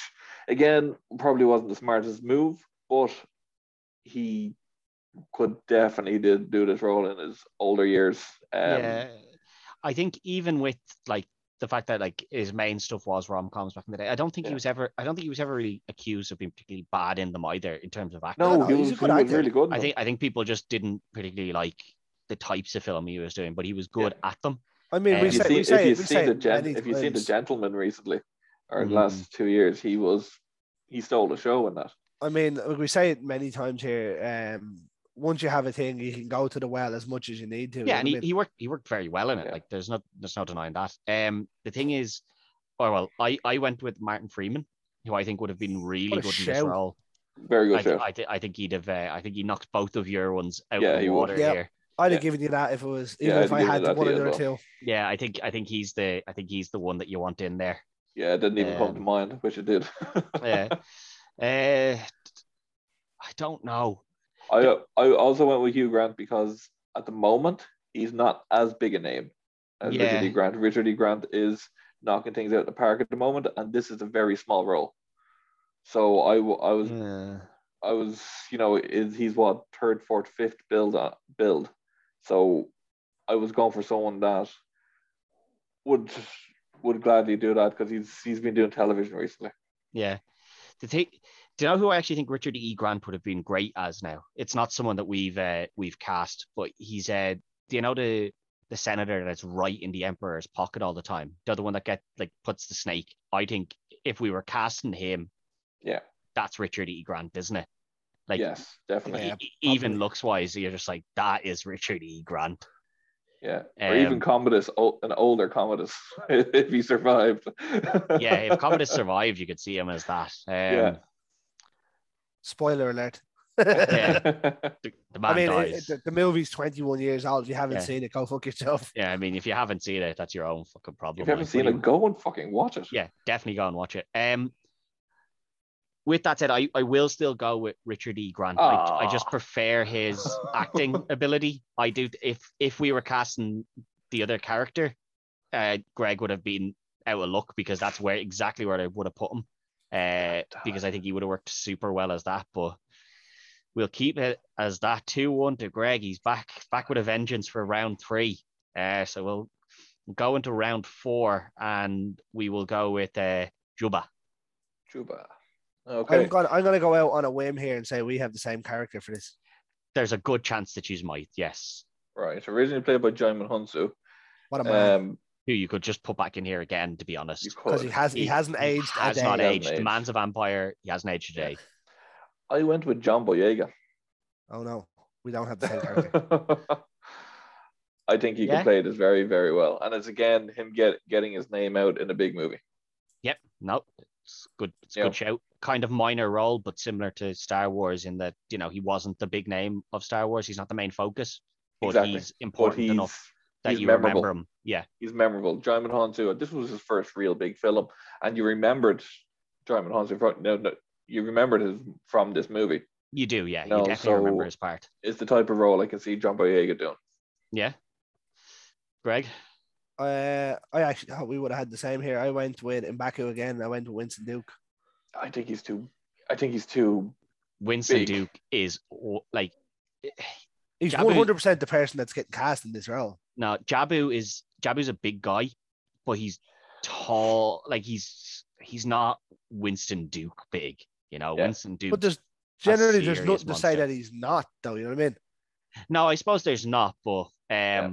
[SPEAKER 3] again probably wasn't the smartest move, but he could definitely did do this role in his older years. Um,
[SPEAKER 1] yeah. I think even with like the fact that like his main stuff was rom coms back in the day, I don't think
[SPEAKER 3] Yeah.
[SPEAKER 1] he was ever I don't think he was ever really accused of being particularly bad in them either in terms of acting.
[SPEAKER 3] No,
[SPEAKER 2] No, no,
[SPEAKER 3] he was,
[SPEAKER 2] he's a
[SPEAKER 3] he
[SPEAKER 2] good
[SPEAKER 3] was
[SPEAKER 2] actor.
[SPEAKER 3] really good. in
[SPEAKER 1] I
[SPEAKER 3] it.
[SPEAKER 1] think I think people just didn't particularly like the types of film he was doing, but he was good at them.
[SPEAKER 2] I mean,
[SPEAKER 1] Uh,
[SPEAKER 2] we
[SPEAKER 3] if
[SPEAKER 1] If
[SPEAKER 2] say,
[SPEAKER 3] you've
[SPEAKER 2] we
[SPEAKER 3] seen,
[SPEAKER 2] say,
[SPEAKER 3] if
[SPEAKER 2] it-
[SPEAKER 3] you've
[SPEAKER 2] we
[SPEAKER 3] seen
[SPEAKER 2] say
[SPEAKER 3] the
[SPEAKER 2] it Mm.
[SPEAKER 3] gent,
[SPEAKER 2] many
[SPEAKER 3] if you've seen the
[SPEAKER 2] times.
[SPEAKER 3] gentleman recently or
[SPEAKER 1] Mhm.
[SPEAKER 3] the last two years, he was he stole the show in that.
[SPEAKER 2] I mean, like we say it many times here. Um, once you have a thing, you can go to the well as much as you need to. you know
[SPEAKER 1] Yeah, and
[SPEAKER 2] what I
[SPEAKER 1] he,
[SPEAKER 2] mean?
[SPEAKER 1] he worked he worked very well in it.
[SPEAKER 3] Yeah.
[SPEAKER 1] Like there's not there's no denying that. Um the thing is, or well, I, I went with Martin Freeman, who I think would have been really
[SPEAKER 2] What a
[SPEAKER 1] good in this
[SPEAKER 2] shout.
[SPEAKER 1] role.
[SPEAKER 3] Very good
[SPEAKER 1] I,
[SPEAKER 3] show.
[SPEAKER 1] thi- I, thi- I think he'd have uh, I think he knocked both of your ones out
[SPEAKER 3] Yeah,
[SPEAKER 1] of the
[SPEAKER 3] he would.
[SPEAKER 1] water
[SPEAKER 2] Yeah.
[SPEAKER 1] here.
[SPEAKER 2] I'd
[SPEAKER 3] yeah.
[SPEAKER 2] have given you that if it was,
[SPEAKER 3] Yeah, I'd
[SPEAKER 2] even if I
[SPEAKER 3] give you
[SPEAKER 2] had
[SPEAKER 3] that
[SPEAKER 2] one
[SPEAKER 3] to
[SPEAKER 2] of
[SPEAKER 3] you
[SPEAKER 2] the
[SPEAKER 3] as
[SPEAKER 2] two.
[SPEAKER 1] Yeah, I think I think he's the I think he's the one that you want in there.
[SPEAKER 3] yeah, it didn't even come to
[SPEAKER 1] Um,
[SPEAKER 3] mind, which it did. [LAUGHS]
[SPEAKER 1] Yeah. [LAUGHS] uh, I don't know.
[SPEAKER 3] I I also went with Hugh Grant because at the moment he's not as big a name as Richard E.
[SPEAKER 1] Yeah.
[SPEAKER 3] Grant. Richard E. Grant is knocking things out of the park at the moment, and this is a very small role. So I, w- I was
[SPEAKER 1] Uh,
[SPEAKER 3] I was, you know, is he's what third, fourth, fifth build on build. So I was going for someone that would would gladly do that because he's he's been doing television recently.
[SPEAKER 1] yeah. The thing, do you know who I actually think Richard E. Grant would have been great as now? It's not someone that we've uh, we've cast, but he's uh, do you know the the senator that's right in the emperor's pocket all the time? They're the one that get like puts the snake. I think if we were casting him,
[SPEAKER 3] Yeah.
[SPEAKER 1] that's Richard E. Grant, isn't it? Like
[SPEAKER 3] yes, definitely.
[SPEAKER 2] Yeah,
[SPEAKER 1] e- even
[SPEAKER 2] probably.
[SPEAKER 1] looks wise, you're just like that is Richard E.
[SPEAKER 3] [LAUGHS]
[SPEAKER 1] Grant.
[SPEAKER 3] Yeah, or even
[SPEAKER 1] Um,
[SPEAKER 3] Commodus, o- an older Commodus, [LAUGHS] if he survived.
[SPEAKER 1] yeah, if Commodus survived, you could see him as that. Um,
[SPEAKER 3] Yeah.
[SPEAKER 1] [LAUGHS]
[SPEAKER 2] Spoiler alert.
[SPEAKER 3] [LAUGHS]
[SPEAKER 1] the, the man
[SPEAKER 2] [LAUGHS] I mean, it-
[SPEAKER 1] dies.
[SPEAKER 2] it- the, the movie's 21 years old. If you haven't
[SPEAKER 1] Yeah.
[SPEAKER 2] seen it, go fuck yourself.
[SPEAKER 1] yeah, I mean, if you haven't seen it, that's your own fucking problem.
[SPEAKER 3] if you haven't
[SPEAKER 1] like,
[SPEAKER 3] seen
[SPEAKER 1] what do
[SPEAKER 3] it, go and fucking watch it.
[SPEAKER 1] you- yeah, definitely go and watch it. Um, with that said, I, I will still go with Richard E. Grant. I, I just
[SPEAKER 3] Aw.
[SPEAKER 1] prefer his
[SPEAKER 3] [LAUGHS]
[SPEAKER 1] acting ability. I do. If if we were casting the other character, uh, Greg would have been out of luck because that's where exactly where I would have put him. Uh, because I think he would have worked super well as that. But we'll keep it as that two one to Greg. He's back back with a vengeance for round three. Uh, so we'll go into round four and we will go with uh, Juba.
[SPEAKER 3] Juba. Okay.
[SPEAKER 2] I'm gonna I'm gonna go out on a whim here and say we have the same character for this.
[SPEAKER 1] There's a good chance that you might, yes.
[SPEAKER 3] Right. Originally played by Jaimin Hunsu.
[SPEAKER 2] What a man!
[SPEAKER 3] Um,
[SPEAKER 1] Who you could just put back in here again, to be honest.
[SPEAKER 3] you
[SPEAKER 2] Because
[SPEAKER 3] could.
[SPEAKER 2] he has he,
[SPEAKER 1] He-
[SPEAKER 2] hasn't aged
[SPEAKER 1] has
[SPEAKER 2] a day.
[SPEAKER 1] not
[SPEAKER 3] He hasn't
[SPEAKER 1] aged. The
[SPEAKER 3] aged.
[SPEAKER 1] man's a vampire. He hasn't aged a day.
[SPEAKER 3] I went with John Boyega.
[SPEAKER 2] Oh no, we don't have the same character. [LAUGHS]
[SPEAKER 3] [LAUGHS] I think he
[SPEAKER 1] Yeah.
[SPEAKER 3] can play this very, very well. And it's again him get getting his name out in a big movie.
[SPEAKER 1] Yep. No. It's good. It's a
[SPEAKER 3] Yeah.
[SPEAKER 1] good shout. Kind of minor role, but similar to Star Wars in that you know he wasn't the big name of Star Wars. He's not the main focus, but
[SPEAKER 3] Exactly.
[SPEAKER 1] he's
[SPEAKER 3] But
[SPEAKER 1] important
[SPEAKER 3] he's
[SPEAKER 1] enough that
[SPEAKER 3] he's
[SPEAKER 1] you
[SPEAKER 3] memorable.
[SPEAKER 1] remember him. Yeah.
[SPEAKER 3] he's memorable. Jaimin Hansu, this was his first real big film, and you remembered Jaimin Hansu from no, no, you remembered him from this movie.
[SPEAKER 1] You do. Yeah.
[SPEAKER 3] No,
[SPEAKER 1] you definitely remember
[SPEAKER 3] so-
[SPEAKER 1] his part.
[SPEAKER 3] It's the type of role I can see John Boyega doing.
[SPEAKER 1] Yeah. Greg.
[SPEAKER 2] Uh, I actually thought we would have had the same here. I went with Mbaku again. I went with Winston Duke.
[SPEAKER 3] I think he's too. I think he's too. [LAUGHS]
[SPEAKER 1] Winston
[SPEAKER 3] Big.
[SPEAKER 1] Duke is w- like
[SPEAKER 2] He's
[SPEAKER 1] Jabu-
[SPEAKER 2] one hundred percent the person that's getting cast in this role.
[SPEAKER 1] no Jabu is Jabu's a big guy, but he's tall. Like he's he's not Winston Duke big. You know,
[SPEAKER 3] Yeah.
[SPEAKER 1] Winston Duke.
[SPEAKER 2] But there's generally there's
[SPEAKER 1] serious
[SPEAKER 2] nothing to say
[SPEAKER 1] monster.
[SPEAKER 2] that he's not though. You know what I mean?
[SPEAKER 1] No, I suppose there's not, but um,
[SPEAKER 3] Yeah.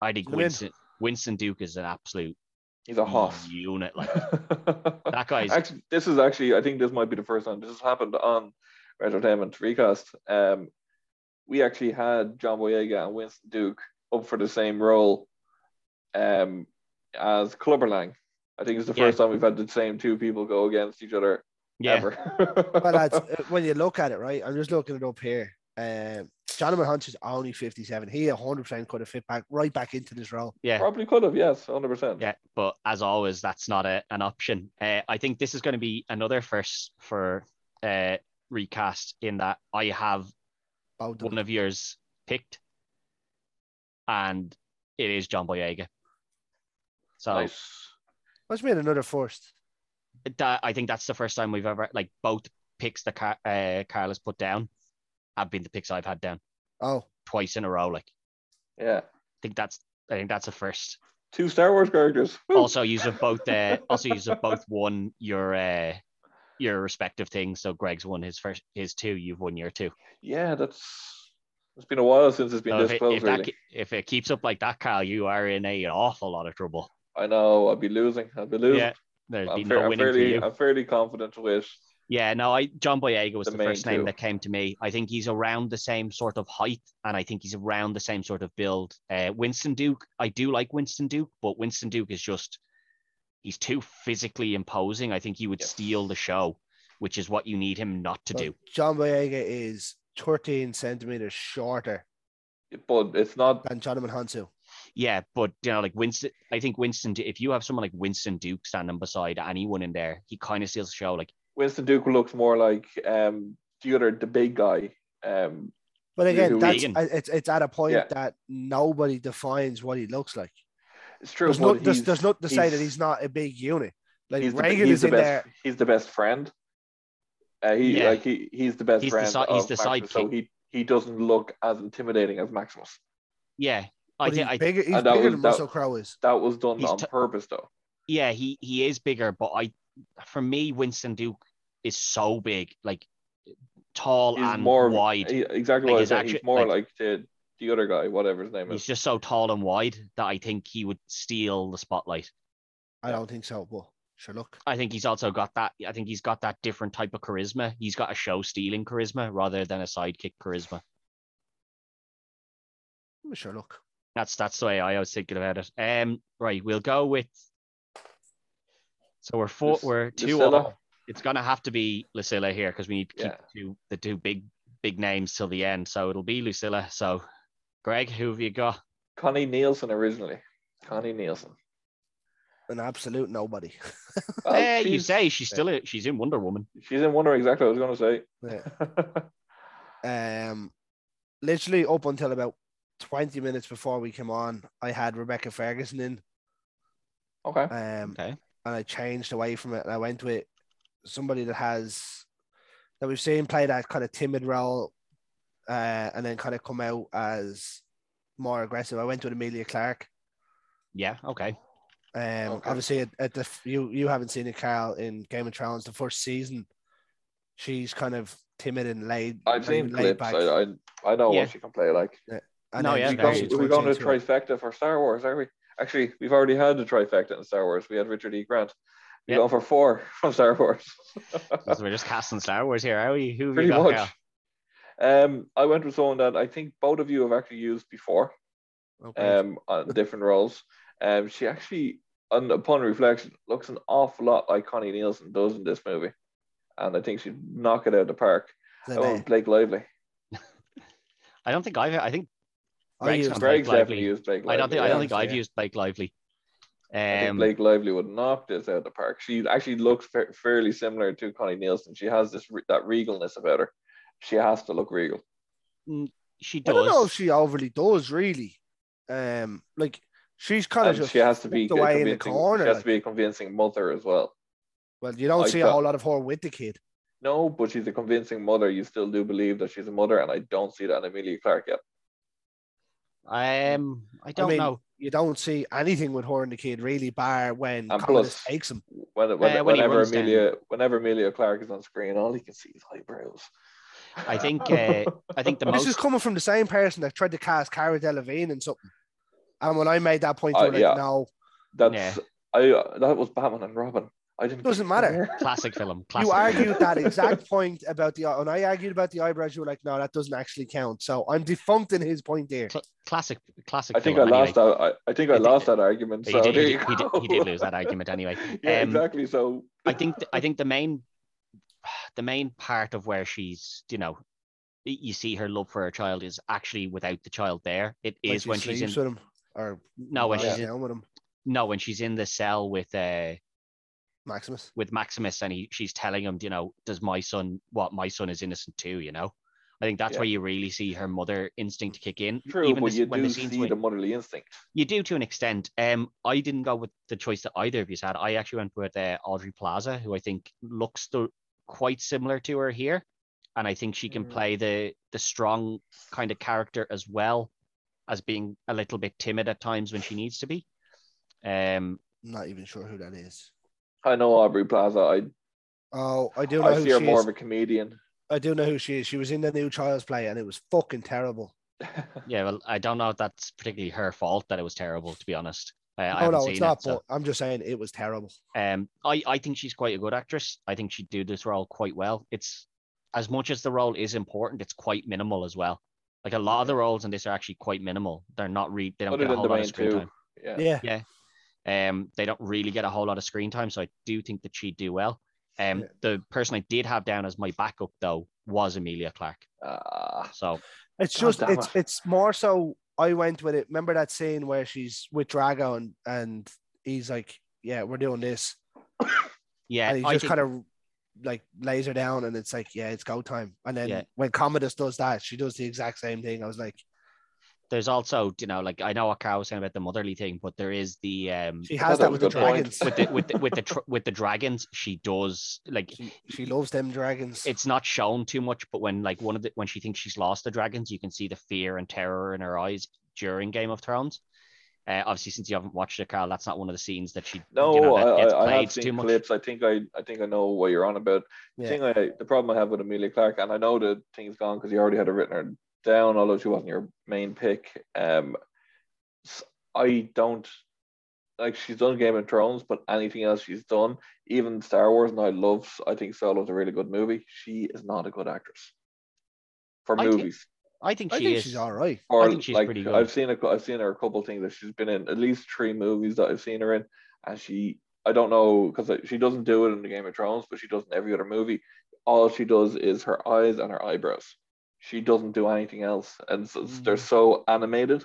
[SPEAKER 1] I think
[SPEAKER 2] Come in.
[SPEAKER 1] Winston Winston Duke is an absolute
[SPEAKER 3] He's a hoss.
[SPEAKER 1] unit.
[SPEAKER 3] [LAUGHS]
[SPEAKER 1] Like that guy's
[SPEAKER 3] actually, this is actually, I think this might be the first time this has happened on Entertainment Recast. Um, we actually had John Boyega and Winston Duke up for the same role um, as Clubberlang. I think it's the
[SPEAKER 1] Yeah.
[SPEAKER 3] first time we've had the same two people go against each other
[SPEAKER 1] yeah.
[SPEAKER 3] ever. [LAUGHS]
[SPEAKER 1] [LAUGHS]
[SPEAKER 2] Well, that's, uh, when you look at it, right? I'm just looking it up here. Um, Jonathan Hunt is only 57. He 100 percent could have fit back right back into this role.
[SPEAKER 1] yeah.
[SPEAKER 3] Probably could have, yes, 100%.
[SPEAKER 1] Yeah, but as always, that's not a, an option. Uh, I think this is going to be another first for uh, recast in that I have
[SPEAKER 2] Both of them.
[SPEAKER 1] one of yours picked, and it is John Boyega. So
[SPEAKER 3] Nice.
[SPEAKER 2] What's made another first?
[SPEAKER 1] that I think that's the first time we've ever like both picks the car uh, Carl has put down have been the picks I've had down
[SPEAKER 2] Oh,
[SPEAKER 1] twice in a row. Like I
[SPEAKER 3] Yeah.
[SPEAKER 1] think that's I think that's a first.
[SPEAKER 3] Two Star Wars characters. Woo.
[SPEAKER 1] Also, you have both. Uh, also, you have both won your uh, your respective things. So Greg's won his first, his two. You've won your two.
[SPEAKER 3] Yeah, that's. It's been a while since it's been
[SPEAKER 1] So if,
[SPEAKER 3] this
[SPEAKER 1] it,
[SPEAKER 3] close,
[SPEAKER 1] if,
[SPEAKER 3] really.
[SPEAKER 1] that, ke- if it keeps up like that, Kyle, you are in a, an awful lot of trouble.
[SPEAKER 3] I know I'll be losing. I'll be losing.
[SPEAKER 1] Yeah, There'd be
[SPEAKER 3] I'm,
[SPEAKER 1] no
[SPEAKER 3] fair, I'm
[SPEAKER 1] winning for
[SPEAKER 3] fairly,
[SPEAKER 1] you.
[SPEAKER 3] I'm fairly confident with.
[SPEAKER 1] Yeah, no, I John Boyega was
[SPEAKER 3] The
[SPEAKER 1] the,
[SPEAKER 3] main
[SPEAKER 1] first name
[SPEAKER 3] two.
[SPEAKER 1] that came to me. I think he's around the same sort of height, and I think he's around the same sort of build. Uh, Winston Duke, I do like Winston Duke, but Winston Duke is just he's too physically imposing. I think he would
[SPEAKER 3] Yes.
[SPEAKER 1] steal the show, which is what you need him not to
[SPEAKER 2] well,
[SPEAKER 1] do.
[SPEAKER 2] John Boyega is 13 centimeters shorter
[SPEAKER 3] But it's not.
[SPEAKER 2] than Jonathan Hansu.
[SPEAKER 1] Yeah, but you know, like Winston, I think Winston, Du- if you have someone like Winston Duke standing beside anyone in there, he kind of steals the show. Like,
[SPEAKER 3] Winston Duke looks more like um, the other, the big guy. Um,
[SPEAKER 2] But again,
[SPEAKER 3] Who-
[SPEAKER 2] that's
[SPEAKER 1] Regan.
[SPEAKER 2] I- it's it's at a point
[SPEAKER 3] Yeah.
[SPEAKER 2] that nobody defines what he looks like.
[SPEAKER 3] it's true.
[SPEAKER 2] There's no
[SPEAKER 3] but
[SPEAKER 2] there's,
[SPEAKER 3] he's-
[SPEAKER 2] there's not to say that
[SPEAKER 3] he's-
[SPEAKER 2] he's not a big unit. Like
[SPEAKER 3] he's the-
[SPEAKER 2] Reagan
[SPEAKER 3] he's
[SPEAKER 2] is
[SPEAKER 3] the
[SPEAKER 2] in
[SPEAKER 3] best,
[SPEAKER 2] there.
[SPEAKER 3] He's the best friend. Uh, he
[SPEAKER 1] Yeah.
[SPEAKER 3] like he, he's the best
[SPEAKER 1] He's the
[SPEAKER 3] friend.
[SPEAKER 1] si-
[SPEAKER 3] of
[SPEAKER 1] he's the
[SPEAKER 3] Maximus, so
[SPEAKER 1] sidekick.
[SPEAKER 3] he he doesn't look as intimidating as Maximus.
[SPEAKER 1] yeah, I
[SPEAKER 2] but
[SPEAKER 1] think I
[SPEAKER 2] he's bigger, he's
[SPEAKER 3] and that
[SPEAKER 2] bigger
[SPEAKER 3] was-
[SPEAKER 2] than
[SPEAKER 3] that-
[SPEAKER 2] Russell Crowe is.
[SPEAKER 3] That was done
[SPEAKER 1] He's
[SPEAKER 3] on
[SPEAKER 1] t-
[SPEAKER 3] purpose, though.
[SPEAKER 1] yeah, he he is bigger, but I, for me, Winston Duke is so big, like tall
[SPEAKER 3] He's
[SPEAKER 1] and
[SPEAKER 3] more
[SPEAKER 1] wide.
[SPEAKER 3] he- exactly
[SPEAKER 1] Like,
[SPEAKER 3] what I
[SPEAKER 1] he's
[SPEAKER 3] said.
[SPEAKER 1] actu-
[SPEAKER 3] he's more
[SPEAKER 1] like-
[SPEAKER 3] like, the the other guy, whatever his name
[SPEAKER 1] He's
[SPEAKER 3] is.
[SPEAKER 1] just so tall and wide that I think he would steal the spotlight.
[SPEAKER 2] I don't think so, but sure look.
[SPEAKER 1] I think he's also got that. I think he's got that different type of charisma. He's got a show stealing charisma rather than a sidekick charisma.
[SPEAKER 2] Sure look.
[SPEAKER 1] That's that's the way I was thinking about it. Um, right, we'll go with. So we're four.
[SPEAKER 3] Lus-
[SPEAKER 1] We're two.
[SPEAKER 3] Lucilla?
[SPEAKER 1] up. It's gonna have to be Lucilla here because we need to keep
[SPEAKER 3] Yeah.
[SPEAKER 1] the, two, the two big big names till the end. So it'll be Lucilla. So, Greg, who have you got?
[SPEAKER 3] Connie Nielsen originally. Connie Nielsen.
[SPEAKER 2] An absolute nobody. [LAUGHS]
[SPEAKER 3] Well,
[SPEAKER 1] Eh, you
[SPEAKER 3] Oh, she's-
[SPEAKER 1] say she's still a, she's in Wonder Woman.
[SPEAKER 3] She's in Wonder exactly what I was going
[SPEAKER 2] Yeah.
[SPEAKER 3] to say.
[SPEAKER 2] Um literally up until about 20 minutes before we came on, I had Rebecca Ferguson in.
[SPEAKER 3] [LAUGHS] okay.
[SPEAKER 2] Um
[SPEAKER 1] Okay.
[SPEAKER 2] and I changed away from it and I went with somebody that has that we've seen play that kind of timid role uh, and then kind of come out as more aggressive. I went with Amelia Clark.
[SPEAKER 1] Yeah.
[SPEAKER 3] [LAUGHS]
[SPEAKER 1] Okay.
[SPEAKER 2] Um,
[SPEAKER 3] Okay.
[SPEAKER 2] obviously at, at the f- you you haven't seen it, Carl, in Game of Thrones the first season. She's kind of timid and laid.
[SPEAKER 3] I've
[SPEAKER 2] very
[SPEAKER 3] seen
[SPEAKER 2] laid
[SPEAKER 3] clips. I, I, I know
[SPEAKER 1] Yeah.
[SPEAKER 3] what she can play like.
[SPEAKER 2] And
[SPEAKER 1] No,
[SPEAKER 2] then
[SPEAKER 1] yeah,
[SPEAKER 2] she
[SPEAKER 1] very
[SPEAKER 3] We're
[SPEAKER 2] goes
[SPEAKER 3] going,
[SPEAKER 1] she's
[SPEAKER 2] into
[SPEAKER 3] we're
[SPEAKER 2] it
[SPEAKER 3] going to
[SPEAKER 2] into it.
[SPEAKER 3] trifecta for Star Wars, are we? Actually, we've already had the trifecta in Star Wars. We had Richard E. Grant. We're
[SPEAKER 1] Yeah.
[SPEAKER 3] going for four [LAUGHS] from Star Wars.
[SPEAKER 1] So we're just casting Star Wars here, are we? Who have
[SPEAKER 3] Pretty
[SPEAKER 1] you got?
[SPEAKER 3] much.
[SPEAKER 1] Cal?
[SPEAKER 3] Um, I went with someone that I think both of you have actually used before
[SPEAKER 2] Okay.
[SPEAKER 3] um, on different roles. Um, she actually, on, upon reflection, looks an awful lot like Connie Nielsen does in this movie. And I think she'd knock it out of the park.
[SPEAKER 2] Then,
[SPEAKER 3] Oh,
[SPEAKER 2] uh,
[SPEAKER 3] Blake Lively.
[SPEAKER 1] I don't think I've. I think
[SPEAKER 2] I
[SPEAKER 1] Greg's
[SPEAKER 2] used-
[SPEAKER 1] gone.
[SPEAKER 3] Greg's
[SPEAKER 1] Blake
[SPEAKER 3] definitely
[SPEAKER 1] Lively.
[SPEAKER 3] used Blake Lively.
[SPEAKER 1] I don't think. I
[SPEAKER 3] yeah.
[SPEAKER 1] don't think
[SPEAKER 2] yeah.
[SPEAKER 1] I've used Blake Lively.
[SPEAKER 3] I think
[SPEAKER 1] Um,
[SPEAKER 3] Blake Lively would knock this out of the park. She actually looks fa- fairly similar to Connie Nielsen. She has this re- that regalness about her. She has to look regal.
[SPEAKER 1] she does.
[SPEAKER 2] I don't know if she overly does really. Um, like she's kind of
[SPEAKER 3] And
[SPEAKER 2] just
[SPEAKER 3] she has to be
[SPEAKER 2] tucked away in the
[SPEAKER 3] convincing-
[SPEAKER 2] corner,
[SPEAKER 3] She has
[SPEAKER 2] like.
[SPEAKER 3] to be a convincing mother as well.
[SPEAKER 2] Well, you don't
[SPEAKER 3] I
[SPEAKER 2] see a
[SPEAKER 3] thought-
[SPEAKER 2] whole lot of her with the kid.
[SPEAKER 3] No, but she's a convincing mother. You still do believe that she's a mother, and I don't see that in Amelia Clark yet.
[SPEAKER 1] Um, I don't
[SPEAKER 2] mean,
[SPEAKER 1] know.
[SPEAKER 2] you don't see anything with her and the kid really, bar when
[SPEAKER 3] And
[SPEAKER 2] Commodus
[SPEAKER 3] plus-
[SPEAKER 2] takes him.
[SPEAKER 1] Uh,
[SPEAKER 3] When, when,
[SPEAKER 1] when he
[SPEAKER 3] whenever
[SPEAKER 1] runs down.
[SPEAKER 3] Amelia, whenever Amelia Clark is on screen, all he can see is eyebrows.
[SPEAKER 1] I
[SPEAKER 3] [LAUGHS]
[SPEAKER 1] think uh, I think the
[SPEAKER 2] This
[SPEAKER 1] most
[SPEAKER 2] is coming from the same person that tried to cast Cara Delevingne and something. And when I made that point, they
[SPEAKER 3] Uh,
[SPEAKER 2] were like,
[SPEAKER 3] yeah.
[SPEAKER 2] no,
[SPEAKER 3] That's I. That was Batman and Robin. I didn't.
[SPEAKER 2] Doesn't matter.
[SPEAKER 1] classic film. Classic.
[SPEAKER 2] you argued
[SPEAKER 1] [LAUGHS]
[SPEAKER 2] that exact point about the and I argued about the eyebrows. You were like, no, that doesn't actually count. So I'm defuncting his point there.
[SPEAKER 1] Cl- classic. Classic.
[SPEAKER 3] I think I
[SPEAKER 1] film,
[SPEAKER 3] lost
[SPEAKER 1] anyway.
[SPEAKER 3] that. I, I think I,
[SPEAKER 1] I thi-
[SPEAKER 3] lost that argument.
[SPEAKER 1] He
[SPEAKER 3] So
[SPEAKER 1] did-
[SPEAKER 3] there
[SPEAKER 1] he
[SPEAKER 3] you
[SPEAKER 1] did- he did-
[SPEAKER 3] go.
[SPEAKER 1] he did
[SPEAKER 3] [LAUGHS]
[SPEAKER 1] lose that argument anyway.
[SPEAKER 3] yeah,
[SPEAKER 1] Um,
[SPEAKER 3] exactly. So
[SPEAKER 1] I think th- I think the main the main part of where she's you know y- you see her love for her child is actually without the child there. It is
[SPEAKER 2] she
[SPEAKER 1] when she's in
[SPEAKER 2] sleeps with him or
[SPEAKER 1] no when
[SPEAKER 2] lies
[SPEAKER 1] she's in,
[SPEAKER 2] down with him,
[SPEAKER 1] no when she's in the cell with uh
[SPEAKER 2] Maximus.
[SPEAKER 1] with Maximus and he, she's telling him you know does my son what my son is innocent too you know. I think that's
[SPEAKER 3] Yeah.
[SPEAKER 1] where you really see her mother instinct kick in.
[SPEAKER 3] [LAUGHS] true, but
[SPEAKER 1] this-
[SPEAKER 3] you
[SPEAKER 1] when
[SPEAKER 3] do
[SPEAKER 1] scenes
[SPEAKER 3] see
[SPEAKER 1] when-
[SPEAKER 3] the motherly instinct.
[SPEAKER 1] You do to an extent. Um, I didn't go with the choice that either of you had. I actually went with uh, Audrey Plaza, who I think looks the, quite similar to her here, and I think she can
[SPEAKER 2] Mm.
[SPEAKER 1] play the the strong kind of character as well as being a little bit timid at times when she needs to be. Um,
[SPEAKER 2] I'm not even sure who that is.
[SPEAKER 3] I know Aubrey Plaza. I
[SPEAKER 2] Oh, I do know
[SPEAKER 3] I
[SPEAKER 2] who
[SPEAKER 3] see
[SPEAKER 2] she
[SPEAKER 3] her
[SPEAKER 2] is.
[SPEAKER 3] more of a comedian.
[SPEAKER 2] I do know who she is. She was in the new Child's Play, and it was fucking terrible.
[SPEAKER 1] yeah, well, I don't know if that's particularly her fault that it was terrible, to be honest. Uh, I
[SPEAKER 2] oh
[SPEAKER 1] haven't
[SPEAKER 2] no,
[SPEAKER 1] seen
[SPEAKER 2] it's not.
[SPEAKER 1] it, so-
[SPEAKER 2] But I'm just saying it was terrible.
[SPEAKER 1] Um, I, I think she's quite a good actress. I think she'd do this role quite well. It's as much as the role is important, it's quite minimal as well. Like a lot of the roles in this are actually quite minimal. They're not re they don't get
[SPEAKER 3] Other
[SPEAKER 1] a
[SPEAKER 3] than
[SPEAKER 1] whole
[SPEAKER 3] the
[SPEAKER 1] lot of
[SPEAKER 3] main
[SPEAKER 1] screen
[SPEAKER 3] two.
[SPEAKER 1] time.
[SPEAKER 3] Yeah.
[SPEAKER 2] Yeah,
[SPEAKER 1] Um, they don't really get a whole lot of screen time, so I do think that she'd do well. Um,
[SPEAKER 2] Yeah.
[SPEAKER 1] the person I did have down as my backup though was Amelia Clark.
[SPEAKER 3] Ah,
[SPEAKER 1] So
[SPEAKER 2] it's
[SPEAKER 3] God
[SPEAKER 2] just
[SPEAKER 3] damn
[SPEAKER 2] it's
[SPEAKER 3] it.
[SPEAKER 2] it's more so. I went with it. Remember that scene where she's with Drago and and he's like, "Yeah, we're doing this,"
[SPEAKER 1] yeah,
[SPEAKER 2] and he
[SPEAKER 1] I
[SPEAKER 2] just
[SPEAKER 1] think-
[SPEAKER 2] kind of like lays her down, and it's like, "Yeah, it's go time." And then
[SPEAKER 1] Yeah.
[SPEAKER 2] when Commodus does that, she does the exact same thing. I was like,
[SPEAKER 1] there's also you know like I know what Carl was saying about the motherly thing, but there is the um
[SPEAKER 2] she
[SPEAKER 3] I
[SPEAKER 2] has
[SPEAKER 3] thought
[SPEAKER 2] that
[SPEAKER 3] was a
[SPEAKER 2] with the
[SPEAKER 3] good point.
[SPEAKER 2] dragons.
[SPEAKER 1] with the with the, with the tr- with the dragons. She does like
[SPEAKER 2] She, she loves them dragons.
[SPEAKER 1] it's not shown too much, but when like one of the when she thinks she's lost the dragons, you can see the fear and terror in her eyes during Game of Thrones. Uh, obviously, since you haven't watched it, Carl, that's not one of the scenes that she
[SPEAKER 3] no,
[SPEAKER 1] you know, that
[SPEAKER 3] I,
[SPEAKER 1] gets
[SPEAKER 3] I, I
[SPEAKER 1] played
[SPEAKER 3] have
[SPEAKER 1] too
[SPEAKER 3] seen
[SPEAKER 1] much.
[SPEAKER 3] clips. I think I, I think I know what you're on about. The
[SPEAKER 2] Yeah.
[SPEAKER 3] thing I, the problem I have with Amelia Clark, and I know the thing's gone because you already had it written her down, although she wasn't your main pick. Um, s- I don't like she's done Game of Thrones, but anything else she's done, even Star Wars, and I love. I think Solo's a really good movie. She is not a good actress for
[SPEAKER 1] I think-
[SPEAKER 3] movies.
[SPEAKER 1] I think
[SPEAKER 2] I
[SPEAKER 1] she
[SPEAKER 2] think
[SPEAKER 1] is.
[SPEAKER 2] she's all right.
[SPEAKER 3] or
[SPEAKER 1] I think she's
[SPEAKER 3] like
[SPEAKER 1] pretty good.
[SPEAKER 3] I've seen a, I've seen her a couple of things that she's been in at least three movies that I've seen her in, and she I don't know because she doesn't do it in the Game of Thrones, but she does in every other movie. All she does is her eyes and her eyebrows. She doesn't do anything else, and so,
[SPEAKER 2] Mm.
[SPEAKER 3] they're so animated.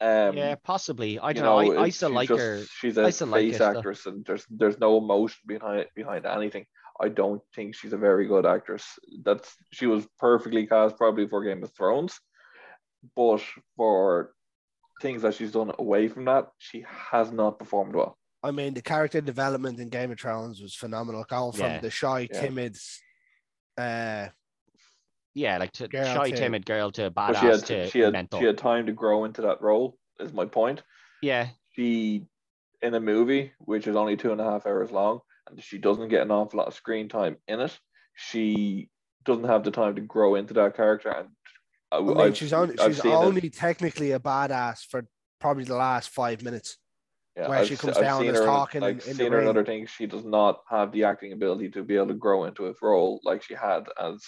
[SPEAKER 3] Um,
[SPEAKER 1] yeah, possibly. I
[SPEAKER 3] you
[SPEAKER 1] don't know. I, I
[SPEAKER 3] it's-
[SPEAKER 1] still
[SPEAKER 3] she's
[SPEAKER 1] like
[SPEAKER 3] just-
[SPEAKER 1] her.
[SPEAKER 3] She's
[SPEAKER 1] I
[SPEAKER 3] a
[SPEAKER 1] still like her
[SPEAKER 3] face
[SPEAKER 1] stuff.
[SPEAKER 3] actress, and there's there's no emotion behind behind anything. I don't think she's a very good actress. That's she was perfectly cast probably for Game of Thrones, but for things that she's done away from that, she has not performed well.
[SPEAKER 2] I mean, the character development in Game of Thrones was phenomenal. Going from
[SPEAKER 1] Yeah.
[SPEAKER 2] the shy,
[SPEAKER 3] Yeah.
[SPEAKER 2] timid, uh,
[SPEAKER 1] Yeah, like to,
[SPEAKER 2] Girl
[SPEAKER 1] shy,
[SPEAKER 2] to-
[SPEAKER 1] timid girl to
[SPEAKER 3] But she
[SPEAKER 1] badass
[SPEAKER 3] had
[SPEAKER 1] to
[SPEAKER 3] she had,
[SPEAKER 1] mental.
[SPEAKER 3] she had time to grow into that role. Is my point.
[SPEAKER 1] yeah,
[SPEAKER 3] She in a movie which is only two and a half hours long, and she doesn't get an awful lot of screen time in it. She doesn't have the time to grow into that character, and I,
[SPEAKER 2] I mean,
[SPEAKER 3] I've-
[SPEAKER 2] she's only
[SPEAKER 3] I've
[SPEAKER 2] she's
[SPEAKER 3] seen it.
[SPEAKER 2] only technically a badass for probably the last five minutes.
[SPEAKER 3] Yeah,
[SPEAKER 2] where
[SPEAKER 3] I've
[SPEAKER 2] she
[SPEAKER 3] se-
[SPEAKER 2] comes
[SPEAKER 3] I've
[SPEAKER 2] down
[SPEAKER 3] seen
[SPEAKER 2] and is
[SPEAKER 3] her in-
[SPEAKER 2] talking
[SPEAKER 3] like,
[SPEAKER 2] in- in the
[SPEAKER 3] seen her in
[SPEAKER 2] ring.
[SPEAKER 3] other things. She does not have the acting ability to be able to grow into a role like she had as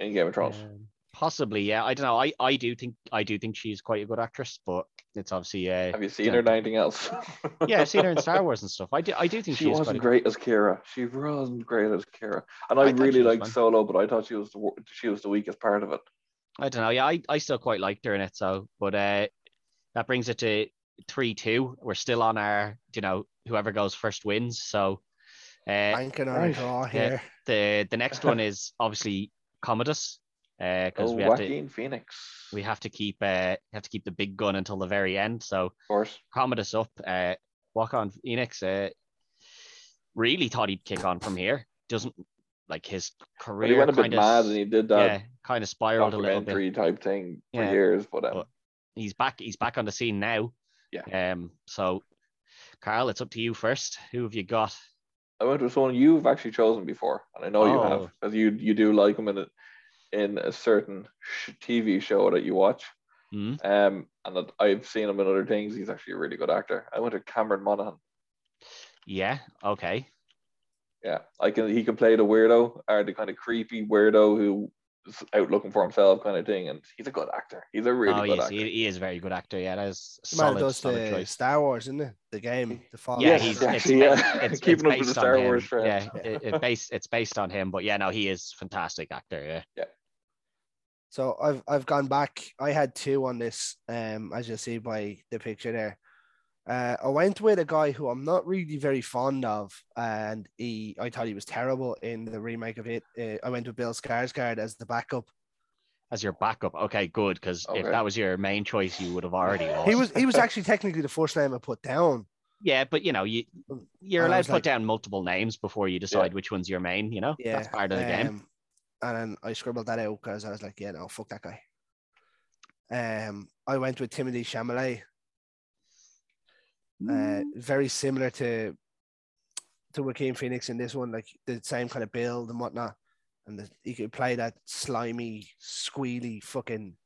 [SPEAKER 3] in Game of Thrones.
[SPEAKER 1] Um, possibly. Yeah, I don't know. I, I do think I do think she's quite a good actress, but it's obviously
[SPEAKER 3] [LAUGHS]
[SPEAKER 1] uh,
[SPEAKER 3] Have you seen
[SPEAKER 1] yeah.
[SPEAKER 3] her in anything else?
[SPEAKER 1] [LAUGHS] yeah. I've seen her in Star Wars and stuff. I do I do think
[SPEAKER 3] [LAUGHS] she
[SPEAKER 1] she, is quite
[SPEAKER 3] wasn't
[SPEAKER 1] a
[SPEAKER 3] great as Kira. She wasn't great as Kira, and I,
[SPEAKER 1] I thought she
[SPEAKER 3] really
[SPEAKER 1] was
[SPEAKER 3] liked
[SPEAKER 1] fine.
[SPEAKER 3] Solo, but I thought she was the, wor- she was the weakest part of it.
[SPEAKER 1] I don't know. Yeah, I, I still quite liked her in it. So, but uh, that brings it to three two. We're still on our, you know, whoever goes first wins. So, uh,
[SPEAKER 2] Banking on
[SPEAKER 3] right.
[SPEAKER 2] a draw here.
[SPEAKER 1] the the next one
[SPEAKER 3] [LAUGHS]
[SPEAKER 1] is obviously Commodus, because
[SPEAKER 3] Oh,
[SPEAKER 1] we have to
[SPEAKER 3] Joaquin Phoenix,
[SPEAKER 1] we have to keep uh have to keep the big gun until the very end. So
[SPEAKER 3] of course.
[SPEAKER 1] Commodus up. Uh, walk on Phoenix. Uh, really thought he'd kick on from here. Doesn't like his
[SPEAKER 3] But he
[SPEAKER 1] career
[SPEAKER 3] went a bit
[SPEAKER 1] kind
[SPEAKER 3] mad,
[SPEAKER 1] of
[SPEAKER 3] and he uh, did that
[SPEAKER 1] yeah kind of spiraled a little bit.
[SPEAKER 3] documentary type thing for
[SPEAKER 1] Yeah.
[SPEAKER 3] years. But um,
[SPEAKER 1] But- he's back he's back on the scene now Yeah. Um. So, Carl, it's up to you first. Who have you got?
[SPEAKER 3] I went with someone you've actually chosen before, and I know you
[SPEAKER 1] Oh.
[SPEAKER 3] have, because you you do like them in a, in a certain sh- TV show that you watch.
[SPEAKER 1] Hmm?
[SPEAKER 3] Um, and that I've seen him in other things. He's actually a really good actor. I went to Cameron Monaghan.
[SPEAKER 1] Yeah. Okay.
[SPEAKER 3] Yeah, I can. He can play the weirdo or the kind of creepy weirdo who is out looking for himself, kind of thing. And he's a good actor. He's a really
[SPEAKER 1] oh,
[SPEAKER 3] good
[SPEAKER 1] yes,
[SPEAKER 3] actor.
[SPEAKER 1] he, he is a very good actor. Yeah, that's
[SPEAKER 2] The man
[SPEAKER 1] solid,
[SPEAKER 2] who does
[SPEAKER 1] solid
[SPEAKER 2] the
[SPEAKER 1] choice.
[SPEAKER 2] Star Wars, isn't it? The game, the Fallout.
[SPEAKER 1] Yeah,
[SPEAKER 3] Yes,
[SPEAKER 1] he's
[SPEAKER 3] [LAUGHS]
[SPEAKER 1] it's,
[SPEAKER 3] yeah. actually,
[SPEAKER 1] ba-
[SPEAKER 3] yeah.
[SPEAKER 1] it's, it's
[SPEAKER 3] Keeping up with the
[SPEAKER 1] based on
[SPEAKER 3] Star
[SPEAKER 1] him.
[SPEAKER 3] Wars trend.
[SPEAKER 1] Yeah, it,
[SPEAKER 2] [LAUGHS]
[SPEAKER 1] it based it's based on him, but yeah, no, he is fantastic actor. Yeah.
[SPEAKER 2] So I've I've gone back. I had two on this, um, as you see by the picture there. Uh, I went with a guy who I'm not really very fond of, and he I thought he was terrible in the remake of it. Uh, I went with Bill Skarsgård as the backup.
[SPEAKER 1] As your backup, okay, good, because if
[SPEAKER 3] Okay.
[SPEAKER 1] that was your main choice, you would have already lost.
[SPEAKER 2] He was
[SPEAKER 1] [LAUGHS]
[SPEAKER 2] he was actually technically the first name I put down.
[SPEAKER 1] yeah, but you know, you you're
[SPEAKER 2] I
[SPEAKER 1] allowed
[SPEAKER 2] was
[SPEAKER 1] to put
[SPEAKER 2] like-
[SPEAKER 1] down multiple names before you decide which one's your main. You know,
[SPEAKER 2] Yeah,
[SPEAKER 1] that's part of the game.
[SPEAKER 2] um, And then I scribbled that out because I was like, yeah, no, fuck that guy. Um, I went with Timothy Chalamet.
[SPEAKER 1] Mm-hmm.
[SPEAKER 2] Uh, very similar to to Joaquin Phoenix in this one, like the same kind of build and whatnot, and the, he could play that slimy, squealy fucking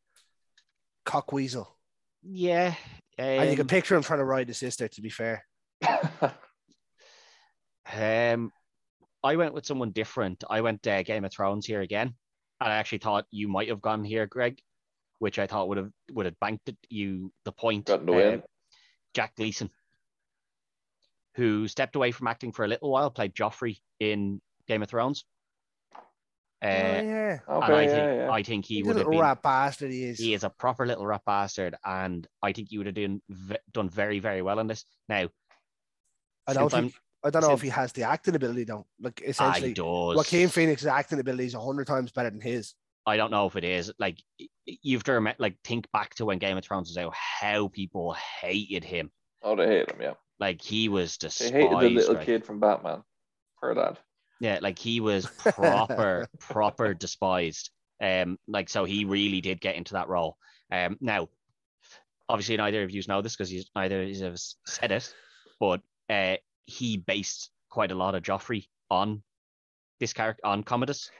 [SPEAKER 2] cock weasel.
[SPEAKER 1] Yeah.
[SPEAKER 2] and you
[SPEAKER 1] um,
[SPEAKER 2] can picture him trying to ride his sister. To be fair,
[SPEAKER 3] [LAUGHS]
[SPEAKER 1] Um, I went with someone different. I went uh, Game of Thrones here again, and I actually thought you might have gone here, Greg, which I thought would have would have banked it- you the point.
[SPEAKER 3] Got in the
[SPEAKER 1] uh,
[SPEAKER 3] win.
[SPEAKER 1] Jack Gleason, who stepped away from acting for a little while, played Joffrey in Game of Thrones. Uh,
[SPEAKER 2] oh yeah,
[SPEAKER 1] and I
[SPEAKER 3] Okay, yeah,
[SPEAKER 1] think
[SPEAKER 3] yeah.
[SPEAKER 1] I think he
[SPEAKER 2] he's
[SPEAKER 1] would
[SPEAKER 2] a
[SPEAKER 1] have
[SPEAKER 2] little
[SPEAKER 1] been
[SPEAKER 2] rat bastard. He is.
[SPEAKER 1] he is a proper little rat bastard, and I think you would have done v- done very very well in this. Now,
[SPEAKER 2] I don't
[SPEAKER 1] since I'm-
[SPEAKER 2] think. I don't know if
[SPEAKER 1] since-
[SPEAKER 2] he has the acting ability though. Like
[SPEAKER 1] I
[SPEAKER 2] essentially,
[SPEAKER 1] Ah, does.
[SPEAKER 2] Joaquin Phoenix's acting ability is hundred times better than his.
[SPEAKER 1] I don't know if it is like y- y- you've to rem- like think back to when Game of Thrones was out, how people hated him.
[SPEAKER 3] oh, they hate him. Yeah,
[SPEAKER 1] Like he was
[SPEAKER 3] they
[SPEAKER 1] despised.
[SPEAKER 3] hated the little
[SPEAKER 1] right?
[SPEAKER 3] kid from Batman. Heard that?
[SPEAKER 1] Yeah, like he
[SPEAKER 3] [LAUGHS]
[SPEAKER 1] was proper, proper despised. Um, like so he really did get into that role. Um, now, obviously neither of you know this because he's neither of you have said it, but uh, he based quite a lot of Joffrey on this character on Commodus.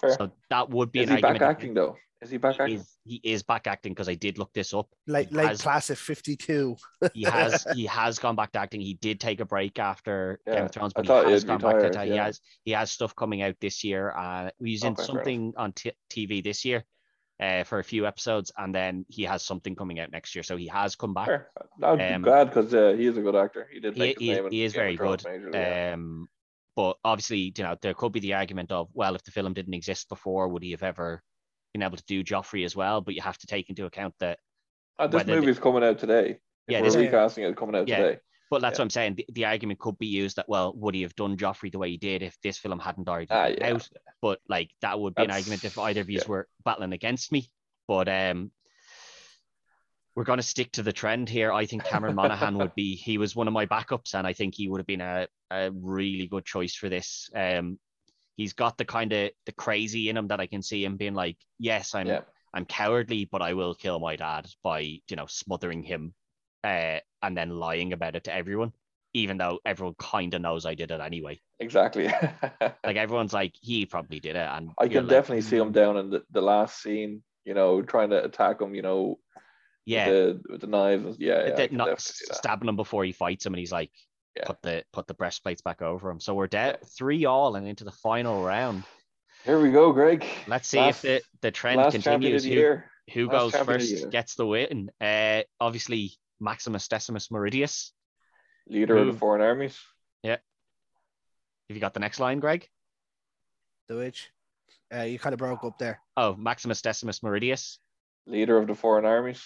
[SPEAKER 3] Fair.
[SPEAKER 1] So that would be
[SPEAKER 3] Is
[SPEAKER 1] an
[SPEAKER 3] he back
[SPEAKER 1] argument.
[SPEAKER 3] acting though? Is he back
[SPEAKER 1] He
[SPEAKER 3] acting?
[SPEAKER 1] is, he is back acting because I did look this up.
[SPEAKER 2] Like
[SPEAKER 1] He
[SPEAKER 2] late
[SPEAKER 1] has-
[SPEAKER 2] class of fifty two.
[SPEAKER 1] He has he has gone back to acting. He did take a break after Game
[SPEAKER 3] Yeah,
[SPEAKER 1] of Thrones,
[SPEAKER 3] I
[SPEAKER 1] but
[SPEAKER 3] thought
[SPEAKER 1] he has
[SPEAKER 3] he'd
[SPEAKER 1] gone back to
[SPEAKER 3] retired,
[SPEAKER 1] acting. He
[SPEAKER 3] yeah.
[SPEAKER 1] has he has stuff coming out this year. Uh, he's in
[SPEAKER 3] Okay, fair enough.
[SPEAKER 1] something on t- TV this year, uh, for a few episodes, and then he has something coming out next year. So he has come back.
[SPEAKER 3] Fair. I'd be
[SPEAKER 1] Um,
[SPEAKER 3] glad because uh, he is a good actor. He did
[SPEAKER 1] he-
[SPEAKER 3] make his
[SPEAKER 1] he-
[SPEAKER 3] name. in
[SPEAKER 1] he is
[SPEAKER 3] Game of
[SPEAKER 1] very
[SPEAKER 3] Thrones
[SPEAKER 1] good,
[SPEAKER 3] majorly, yeah.
[SPEAKER 1] Um, but obviously, you know, there could be the argument of well, if the film didn't exist before, would he have ever been able to do Joffrey as well? But you have to take into account that
[SPEAKER 3] Uh, this
[SPEAKER 1] whether they-
[SPEAKER 3] movie's coming out today.
[SPEAKER 1] yeah,
[SPEAKER 3] We're
[SPEAKER 1] this
[SPEAKER 2] Yeah.
[SPEAKER 3] recasting it coming out
[SPEAKER 1] Yeah.
[SPEAKER 3] today.
[SPEAKER 1] But that's
[SPEAKER 3] Yeah.
[SPEAKER 1] what I'm saying. The, the argument could be used that well, would he have done Joffrey the way he did if this film hadn't already
[SPEAKER 3] Ah,
[SPEAKER 1] come
[SPEAKER 3] yeah.
[SPEAKER 1] out? But like that would be an argument if
[SPEAKER 3] That's-
[SPEAKER 1] either of you
[SPEAKER 3] yeah.
[SPEAKER 1] were battling against me. But um, we're going to stick to the trend here. I think Cameron Monaghan would be. He was one of my backups, and I think he would have been a, a really good choice for this. Um, he's got the kind of the crazy in him that I can see him being like, yes, I'm [LAUGHS]
[SPEAKER 3] Yeah.
[SPEAKER 1] I'm cowardly, but I will kill my dad by, you know, smothering him uh, and then lying about it to everyone, even though everyone kind of knows I did it anyway.
[SPEAKER 3] Exactly. [LAUGHS]
[SPEAKER 1] Like, everyone's like, he probably did it. And
[SPEAKER 3] I
[SPEAKER 1] you're
[SPEAKER 3] can
[SPEAKER 1] like, "Mm,
[SPEAKER 3] definitely see him down in the, the last scene, you know, trying to attack him, you know,
[SPEAKER 1] Yeah.
[SPEAKER 3] with, the, with the knives. and- Yeah, yeah. I
[SPEAKER 1] that-
[SPEAKER 3] can
[SPEAKER 1] not
[SPEAKER 3] definitely
[SPEAKER 1] s-
[SPEAKER 3] see that.
[SPEAKER 1] stabbing him before he fights him, and he's like,
[SPEAKER 3] Yeah.
[SPEAKER 1] put the put the breastplates back over him. So we're dead three all and into the final round.
[SPEAKER 3] Here we go, Greg.
[SPEAKER 1] Let's see
[SPEAKER 3] Last-
[SPEAKER 1] if the, the trend
[SPEAKER 3] Last champion
[SPEAKER 1] continues.
[SPEAKER 3] of the
[SPEAKER 1] Who,
[SPEAKER 3] year.
[SPEAKER 1] who
[SPEAKER 3] last
[SPEAKER 1] goes
[SPEAKER 3] champion of the year.
[SPEAKER 1] first gets the win. Uh, obviously, Maximus Decimus Meridius.
[SPEAKER 3] Leader of
[SPEAKER 1] Who?
[SPEAKER 3] the foreign armies.
[SPEAKER 1] Have you got the next line, Greg?
[SPEAKER 2] The witch. Uh, you kind of broke up there.
[SPEAKER 1] Oh, Maximus Decimus Meridius.
[SPEAKER 3] Leader of the foreign armies.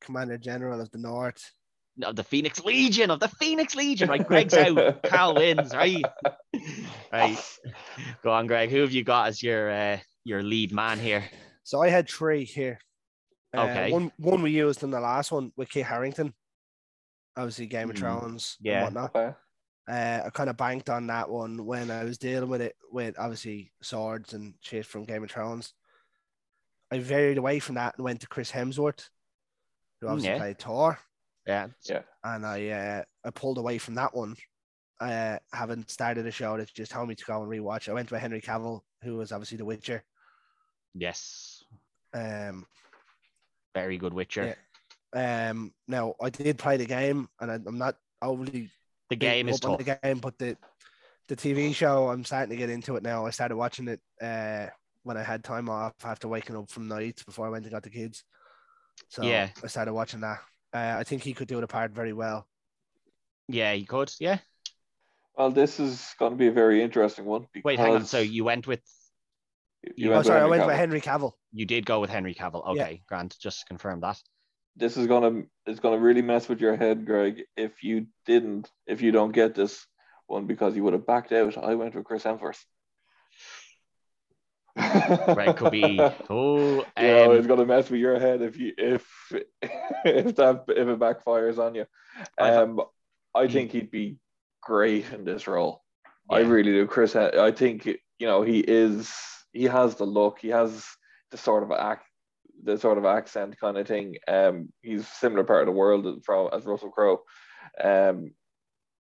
[SPEAKER 2] Commander General of the North.
[SPEAKER 1] No, the Phoenix Legion of the Phoenix Legion. Right, Greg's
[SPEAKER 3] [LAUGHS]
[SPEAKER 1] out. Carl wins. Right, right. Go on, Greg. Who have you got as your uh, your lead man here?
[SPEAKER 2] So I had three here. Uh,
[SPEAKER 1] Okay.
[SPEAKER 2] One one we used in the last one with Kit Harrington. Obviously, Game of
[SPEAKER 1] Hmm,
[SPEAKER 2] Thrones
[SPEAKER 1] yeah.
[SPEAKER 2] and whatnot.
[SPEAKER 3] Okay.
[SPEAKER 2] Uh, I kind of banked on that one when I was dealing with it with obviously swords and shit from Game of Thrones. I varied away from that and went to Chris Hemsworth, who
[SPEAKER 1] Hmm,
[SPEAKER 2] obviously
[SPEAKER 1] yeah.
[SPEAKER 2] played Thor.
[SPEAKER 1] Yeah.
[SPEAKER 2] and I uh, I pulled away from that one. Uh, having started a show that just told me to go and rewatch. I went to Henry Cavill, who was obviously The Witcher.
[SPEAKER 1] Yes.
[SPEAKER 2] Um,
[SPEAKER 1] Very good Witcher.
[SPEAKER 2] Yeah. um, now I did play the game, and I, I'm not overly
[SPEAKER 1] The
[SPEAKER 2] big
[SPEAKER 1] game is
[SPEAKER 2] up on
[SPEAKER 1] tough.
[SPEAKER 2] The game, but the the TV show, I'm starting to get into it now. I started watching it uh, when I had time off after waking up from nights before I went and got the kids. So
[SPEAKER 1] Yeah.
[SPEAKER 2] I started watching that. Uh, I think he could do the part very well.
[SPEAKER 1] Yeah, you could. Yeah.
[SPEAKER 3] Well, this is going to be a very interesting one. Because
[SPEAKER 1] Wait, hang on. So you went with you
[SPEAKER 3] went
[SPEAKER 2] oh,
[SPEAKER 3] with
[SPEAKER 2] sorry, I
[SPEAKER 3] Henry
[SPEAKER 2] went for
[SPEAKER 3] Cavill.
[SPEAKER 2] Henry Cavill.
[SPEAKER 1] you did go with Henry Cavill.
[SPEAKER 2] Yeah.
[SPEAKER 1] Okay, Grant, just to confirm that.
[SPEAKER 3] This is gonna it's gonna really mess with your head, Greg. If you didn't, if you don't get this one, because you would have backed out. I went with Chris Hemsworth.
[SPEAKER 1] Right, could
[SPEAKER 3] [LAUGHS]
[SPEAKER 1] be. Oh,
[SPEAKER 3] You know,
[SPEAKER 1] um,
[SPEAKER 3] it's gonna mess with your head if you if [LAUGHS] if that if it backfires on you.
[SPEAKER 1] I've-
[SPEAKER 3] Um, I
[SPEAKER 2] Mm.
[SPEAKER 3] think he'd be great in this role. I
[SPEAKER 1] Yeah.
[SPEAKER 3] really do, Chris. I think you know he is. He has the look. He has the sort of act, the sort of accent kind of thing. Um, he's similar part of the world from as Russell Crowe. Um,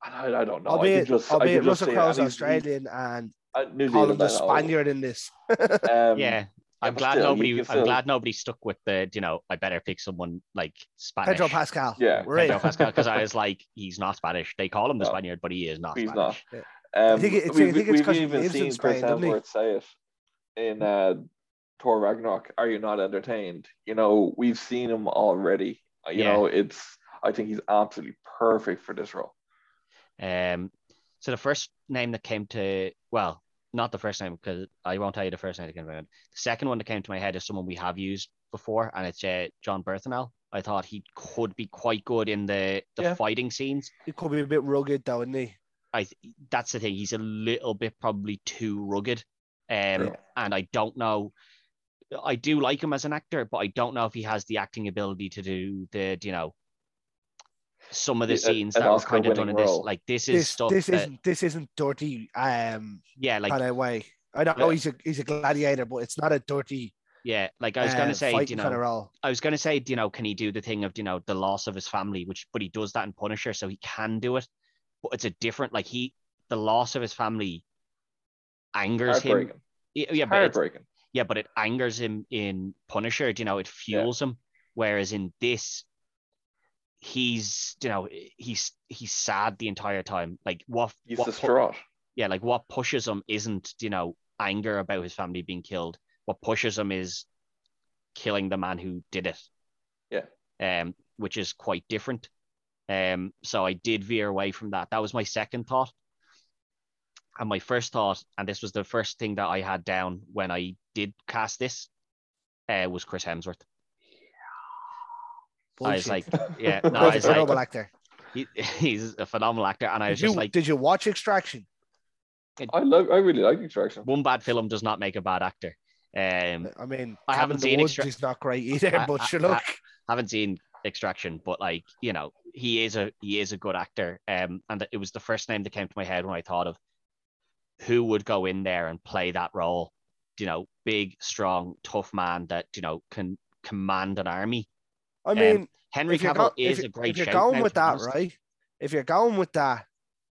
[SPEAKER 3] and I, I don't know. I
[SPEAKER 2] albeit
[SPEAKER 3] could just, I
[SPEAKER 2] albeit
[SPEAKER 3] could just
[SPEAKER 2] Russell
[SPEAKER 3] see it.
[SPEAKER 2] Crowe's
[SPEAKER 3] And he's-
[SPEAKER 2] Australian and
[SPEAKER 3] uh, New
[SPEAKER 2] call him
[SPEAKER 3] Zealand,
[SPEAKER 2] the
[SPEAKER 3] I know.
[SPEAKER 2] Spaniard in this.
[SPEAKER 3] Um,
[SPEAKER 1] yeah. I'm
[SPEAKER 3] but
[SPEAKER 1] glad
[SPEAKER 3] still, you
[SPEAKER 1] nobody.
[SPEAKER 3] can
[SPEAKER 1] I'm
[SPEAKER 3] still-
[SPEAKER 1] glad nobody stuck with the. You know, I better pick someone like Spanish.
[SPEAKER 2] Pedro Pascal.
[SPEAKER 3] Yeah,
[SPEAKER 2] We're in.
[SPEAKER 1] Pedro Pascal, because I
[SPEAKER 3] [LAUGHS]
[SPEAKER 1] was like, he's not Spanish. They call him the
[SPEAKER 3] No.
[SPEAKER 1] Spaniard, but he is not.
[SPEAKER 3] He's
[SPEAKER 1] Spanish.
[SPEAKER 2] Yeah.
[SPEAKER 3] Um,
[SPEAKER 2] I think it's- I
[SPEAKER 3] we've,
[SPEAKER 2] think it's 'cause
[SPEAKER 3] we've
[SPEAKER 2] he
[SPEAKER 3] even
[SPEAKER 2] lives in
[SPEAKER 3] seen Chris
[SPEAKER 2] Spain, doesn't he?
[SPEAKER 3] Hemsworth say it in uh, Thor Ragnarok. Are you not entertained? You know, we've seen him already. Uh, You
[SPEAKER 1] Yeah.
[SPEAKER 3] know, it's. I think he's absolutely perfect for this role.
[SPEAKER 1] Um, so the first name that came to well, not the first name because I won't tell you the first name that came to my head. The second one that came to my head is someone we have used before, and it's uh, John Berthenel. I thought he could be quite good in the the
[SPEAKER 3] Yeah.
[SPEAKER 1] fighting scenes.
[SPEAKER 2] He could be a bit rugged though, isn't he?
[SPEAKER 1] I th- that's the thing. He's a little bit probably too rugged, um,
[SPEAKER 3] Yeah.
[SPEAKER 1] and I don't know. I do like him as an actor, but I don't know if he has the acting ability to do the you know some of the
[SPEAKER 3] Yeah, a-
[SPEAKER 1] scenes
[SPEAKER 3] an
[SPEAKER 1] that were kind of
[SPEAKER 3] Oscar-winning
[SPEAKER 1] done in this.
[SPEAKER 3] role.
[SPEAKER 1] Like this is
[SPEAKER 2] This
[SPEAKER 1] stuff.
[SPEAKER 2] this
[SPEAKER 1] that,
[SPEAKER 2] isn't this isn't dirty um
[SPEAKER 1] yeah, like
[SPEAKER 2] kind of way. I don't know oh, he's a he's a gladiator, but it's not a dirty
[SPEAKER 1] Yeah, like I was gonna
[SPEAKER 2] uh,
[SPEAKER 1] say, do you
[SPEAKER 2] fighting kind of
[SPEAKER 1] know,
[SPEAKER 2] role.
[SPEAKER 1] I was gonna say, do you know, can he do the thing of, do you know, the loss of his family, which but he does that in Punisher, so he can do it. But it's a different, like he, the loss of his family angers him.
[SPEAKER 3] Heartbreaking.
[SPEAKER 1] Yeah, yeah, but it's-
[SPEAKER 3] Heartbreaking.
[SPEAKER 1] yeah, but it angers him in Punisher. Do you know, it fuels him. Whereas in this, he's, do you know, he's he's sad the entire time. Like what?
[SPEAKER 3] He's
[SPEAKER 1] what pu-
[SPEAKER 3] distraught.
[SPEAKER 1] yeah, like what pushes him isn't, you know, anger about his family being killed. What pushes him is killing the man who did it.
[SPEAKER 3] Yeah.
[SPEAKER 1] Um, which is quite different. Um, so I did veer away from that. That was my second thought. And my first thought, and this was the first thing that I had down when I did cast this, uh, was Chris Hemsworth. I was
[SPEAKER 2] Bullshit. [LAUGHS]
[SPEAKER 1] like, yeah, no, I
[SPEAKER 2] He's a
[SPEAKER 1] was
[SPEAKER 2] terrible
[SPEAKER 1] like,
[SPEAKER 2] actor.
[SPEAKER 1] he, he's a phenomenal actor. And I was
[SPEAKER 2] Did you
[SPEAKER 1] just like,
[SPEAKER 2] did you watch Extraction?
[SPEAKER 3] I love. I really like Extraction.
[SPEAKER 1] one bad film does not make a bad actor. Um,
[SPEAKER 2] I mean,
[SPEAKER 1] I haven't
[SPEAKER 2] Cabin in the
[SPEAKER 1] seen
[SPEAKER 2] Woods
[SPEAKER 1] Extra-
[SPEAKER 2] is not
[SPEAKER 1] [LAUGHS]
[SPEAKER 2] great either,
[SPEAKER 1] I-
[SPEAKER 2] but
[SPEAKER 1] I-
[SPEAKER 2] sure look,
[SPEAKER 1] haven't seen Extraction, but like you know, he is a he is a good actor. Um, and it was the first name that came to my head when I thought of who would go in there and play that role. You know, big, strong, tough man that you know can command an army.
[SPEAKER 2] I,
[SPEAKER 1] um,
[SPEAKER 2] mean,
[SPEAKER 1] Henry
[SPEAKER 2] if you're,
[SPEAKER 1] Cavill
[SPEAKER 2] go-
[SPEAKER 1] is
[SPEAKER 2] if, you-
[SPEAKER 1] a great.
[SPEAKER 2] if you're
[SPEAKER 1] shout
[SPEAKER 2] going
[SPEAKER 1] now,
[SPEAKER 2] with
[SPEAKER 1] to be
[SPEAKER 2] that,
[SPEAKER 1] honest.
[SPEAKER 2] right? If you're going with that,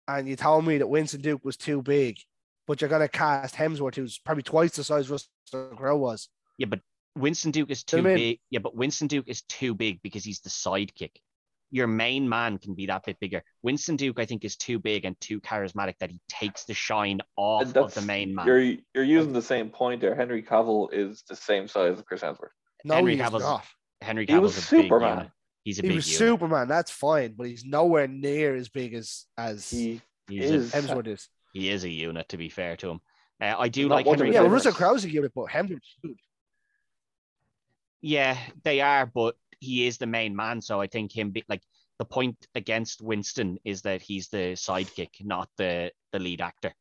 [SPEAKER 2] and you told me that Winston Duke was too big, but you're gonna cast Hemsworth, who's probably twice the size Russell Crowe was.
[SPEAKER 1] Yeah, but Winston Duke is
[SPEAKER 2] Do
[SPEAKER 1] too
[SPEAKER 2] you mean-
[SPEAKER 1] big. Yeah, but Winston Duke is too big because he's the sidekick. Your main man can be that bit bigger. Winston Duke, I think, is too big and too charismatic that he takes the shine off of
[SPEAKER 3] That's-
[SPEAKER 1] the main man.
[SPEAKER 3] You're you're using the same point there. Henry Cavill is the same size as Chris Hemsworth.
[SPEAKER 2] No,
[SPEAKER 1] Henry
[SPEAKER 2] he's
[SPEAKER 1] Cavill's-
[SPEAKER 2] not.
[SPEAKER 1] Henry
[SPEAKER 3] He
[SPEAKER 1] Cavill's
[SPEAKER 3] was
[SPEAKER 1] a big
[SPEAKER 3] Superman.
[SPEAKER 1] unit. He's a
[SPEAKER 2] He
[SPEAKER 1] big
[SPEAKER 2] was
[SPEAKER 1] unit.
[SPEAKER 2] Superman. That's fine, but he's nowhere near as big as as
[SPEAKER 3] He
[SPEAKER 1] He's
[SPEAKER 3] is.
[SPEAKER 1] A,
[SPEAKER 2] Hemsworth is.
[SPEAKER 1] he is a unit, to be fair to him. Uh, I do
[SPEAKER 3] Not
[SPEAKER 1] like
[SPEAKER 3] much of a
[SPEAKER 1] Henry.
[SPEAKER 2] Yeah,
[SPEAKER 1] Cavill.
[SPEAKER 3] difference.
[SPEAKER 2] Russell Crowe's a unit, but Hemsworth's huge.
[SPEAKER 1] Yeah, they are, but he is the main man. So I think him be, like the point against Winston is that he's the sidekick, not the the lead actor.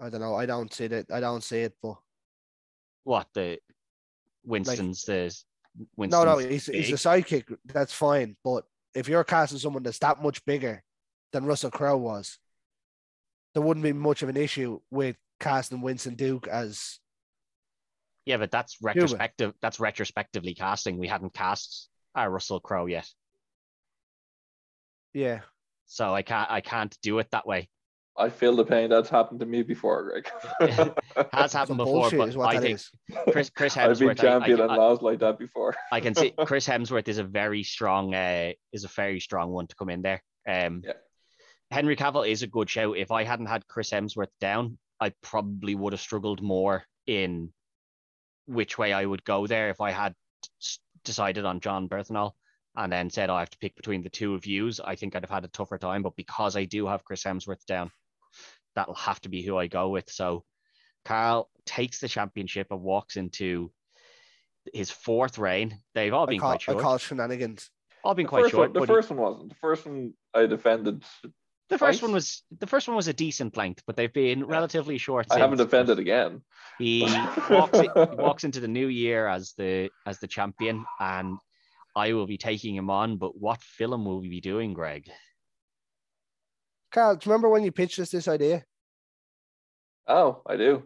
[SPEAKER 2] I don't know. I don't see that. I don't see it, but
[SPEAKER 1] What the Winston's the
[SPEAKER 2] no,
[SPEAKER 1] Winston's
[SPEAKER 2] no, he's, he's a
[SPEAKER 1] big.
[SPEAKER 2] sidekick. That's fine. But if you're casting someone that's that much bigger than Russell Crowe was, there wouldn't be much of an issue with casting Winston Duke as
[SPEAKER 1] yeah, but that's uh, retrospective. That's retrospectively casting. We hadn't cast our Russell Crowe yet.
[SPEAKER 2] Yeah.
[SPEAKER 1] So I can't I can't do it that way.
[SPEAKER 3] I feel the pain. That's happened to me before,
[SPEAKER 1] [LAUGHS]
[SPEAKER 3] Greg.
[SPEAKER 1] Has happened
[SPEAKER 2] Some
[SPEAKER 1] before,
[SPEAKER 2] bullshit
[SPEAKER 1] but
[SPEAKER 2] is what
[SPEAKER 1] I
[SPEAKER 2] that
[SPEAKER 1] think
[SPEAKER 2] is.
[SPEAKER 1] Chris Chris
[SPEAKER 3] [LAUGHS] I've been
[SPEAKER 1] Hemsworth. I-
[SPEAKER 3] champion
[SPEAKER 1] I,
[SPEAKER 3] and lost like that before. [LAUGHS]
[SPEAKER 1] I can see Chris Hemsworth is a very strong uh, is a very strong one to come in there. Um,
[SPEAKER 3] Yeah.
[SPEAKER 1] Henry Cavill is a good show. If I hadn't had Chris Hemsworth down, I probably would have struggled more in which way I would go there if I had s- decided on John Berthenol and then said oh, I have to pick between the two of yous. I think I'd have had a tougher time, but because I do have Chris Hemsworth down, that'll have to be who I go with. So Carl takes the championship and walks into his fourth reign. They've all
[SPEAKER 2] I
[SPEAKER 1] been
[SPEAKER 2] call,
[SPEAKER 1] quite
[SPEAKER 2] I
[SPEAKER 1] short.
[SPEAKER 2] call it shenanigans.
[SPEAKER 1] all been
[SPEAKER 3] The
[SPEAKER 1] quite
[SPEAKER 3] first,
[SPEAKER 1] short.
[SPEAKER 3] one, the
[SPEAKER 1] but he-
[SPEAKER 3] first one wasn't. The first one I defended.
[SPEAKER 1] The first
[SPEAKER 3] Twice?
[SPEAKER 1] one was the first one was a decent length, but they've been relatively short.
[SPEAKER 3] I haven't
[SPEAKER 1] since.
[SPEAKER 3] defended again. [LAUGHS]
[SPEAKER 1] He walks, he walks into the new year as the as the champion, and I will be taking him on. But what film will we be doing, Greg?
[SPEAKER 2] Carl, do you remember when you pitched us this idea?
[SPEAKER 3] Oh, I do.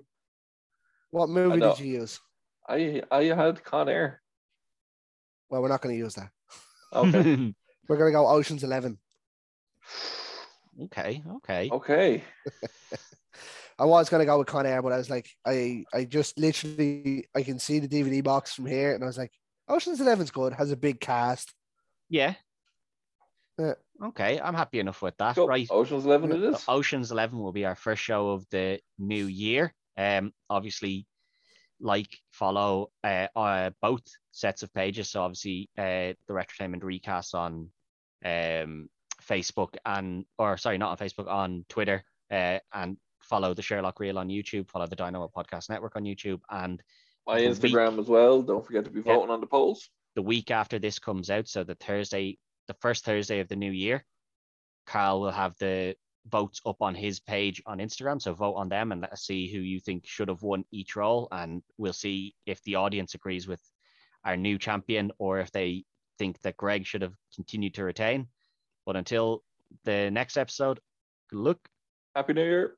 [SPEAKER 2] What movie
[SPEAKER 3] know.
[SPEAKER 2] did you use?
[SPEAKER 3] I I had Con Air.
[SPEAKER 2] Well, we're not going to use that.
[SPEAKER 1] [LAUGHS]
[SPEAKER 3] Okay.
[SPEAKER 2] We're going to go Ocean's Eleven.
[SPEAKER 1] okay, okay.
[SPEAKER 3] okay.
[SPEAKER 2] I was going to go with Con Air, but I was like, I, I just literally, I can see the DVD box from here, and I was like, Ocean's Eleven's good. Has a big cast.
[SPEAKER 1] Yeah.
[SPEAKER 2] Yeah.
[SPEAKER 1] Okay, I'm happy enough with that.
[SPEAKER 3] So
[SPEAKER 1] right.
[SPEAKER 3] Ocean's Eleven it is.
[SPEAKER 1] So Ocean's Eleven will be our first show of the new year. Um, obviously, like follow uh, uh both sets of pages. So obviously, uh, the Retrotainment recast on um Facebook and or sorry, not on Facebook on Twitter. Uh, and follow the Sherlock Reel on YouTube. Follow the Dynamo Podcast Network on YouTube and
[SPEAKER 3] My
[SPEAKER 1] the
[SPEAKER 3] Instagram as well. Don't forget to be
[SPEAKER 1] Yeah.
[SPEAKER 3] voting on the polls.
[SPEAKER 1] the week after this comes out, so the Thursday, the first Thursday of the new year, Carl will have the votes up on his page on Instagram. So vote on them and let us see who you think should have won each role. And we'll see if the audience agrees with our new champion or if they think that Greg should have continued to retain. But until the next episode, good luck.
[SPEAKER 3] Happy New Year.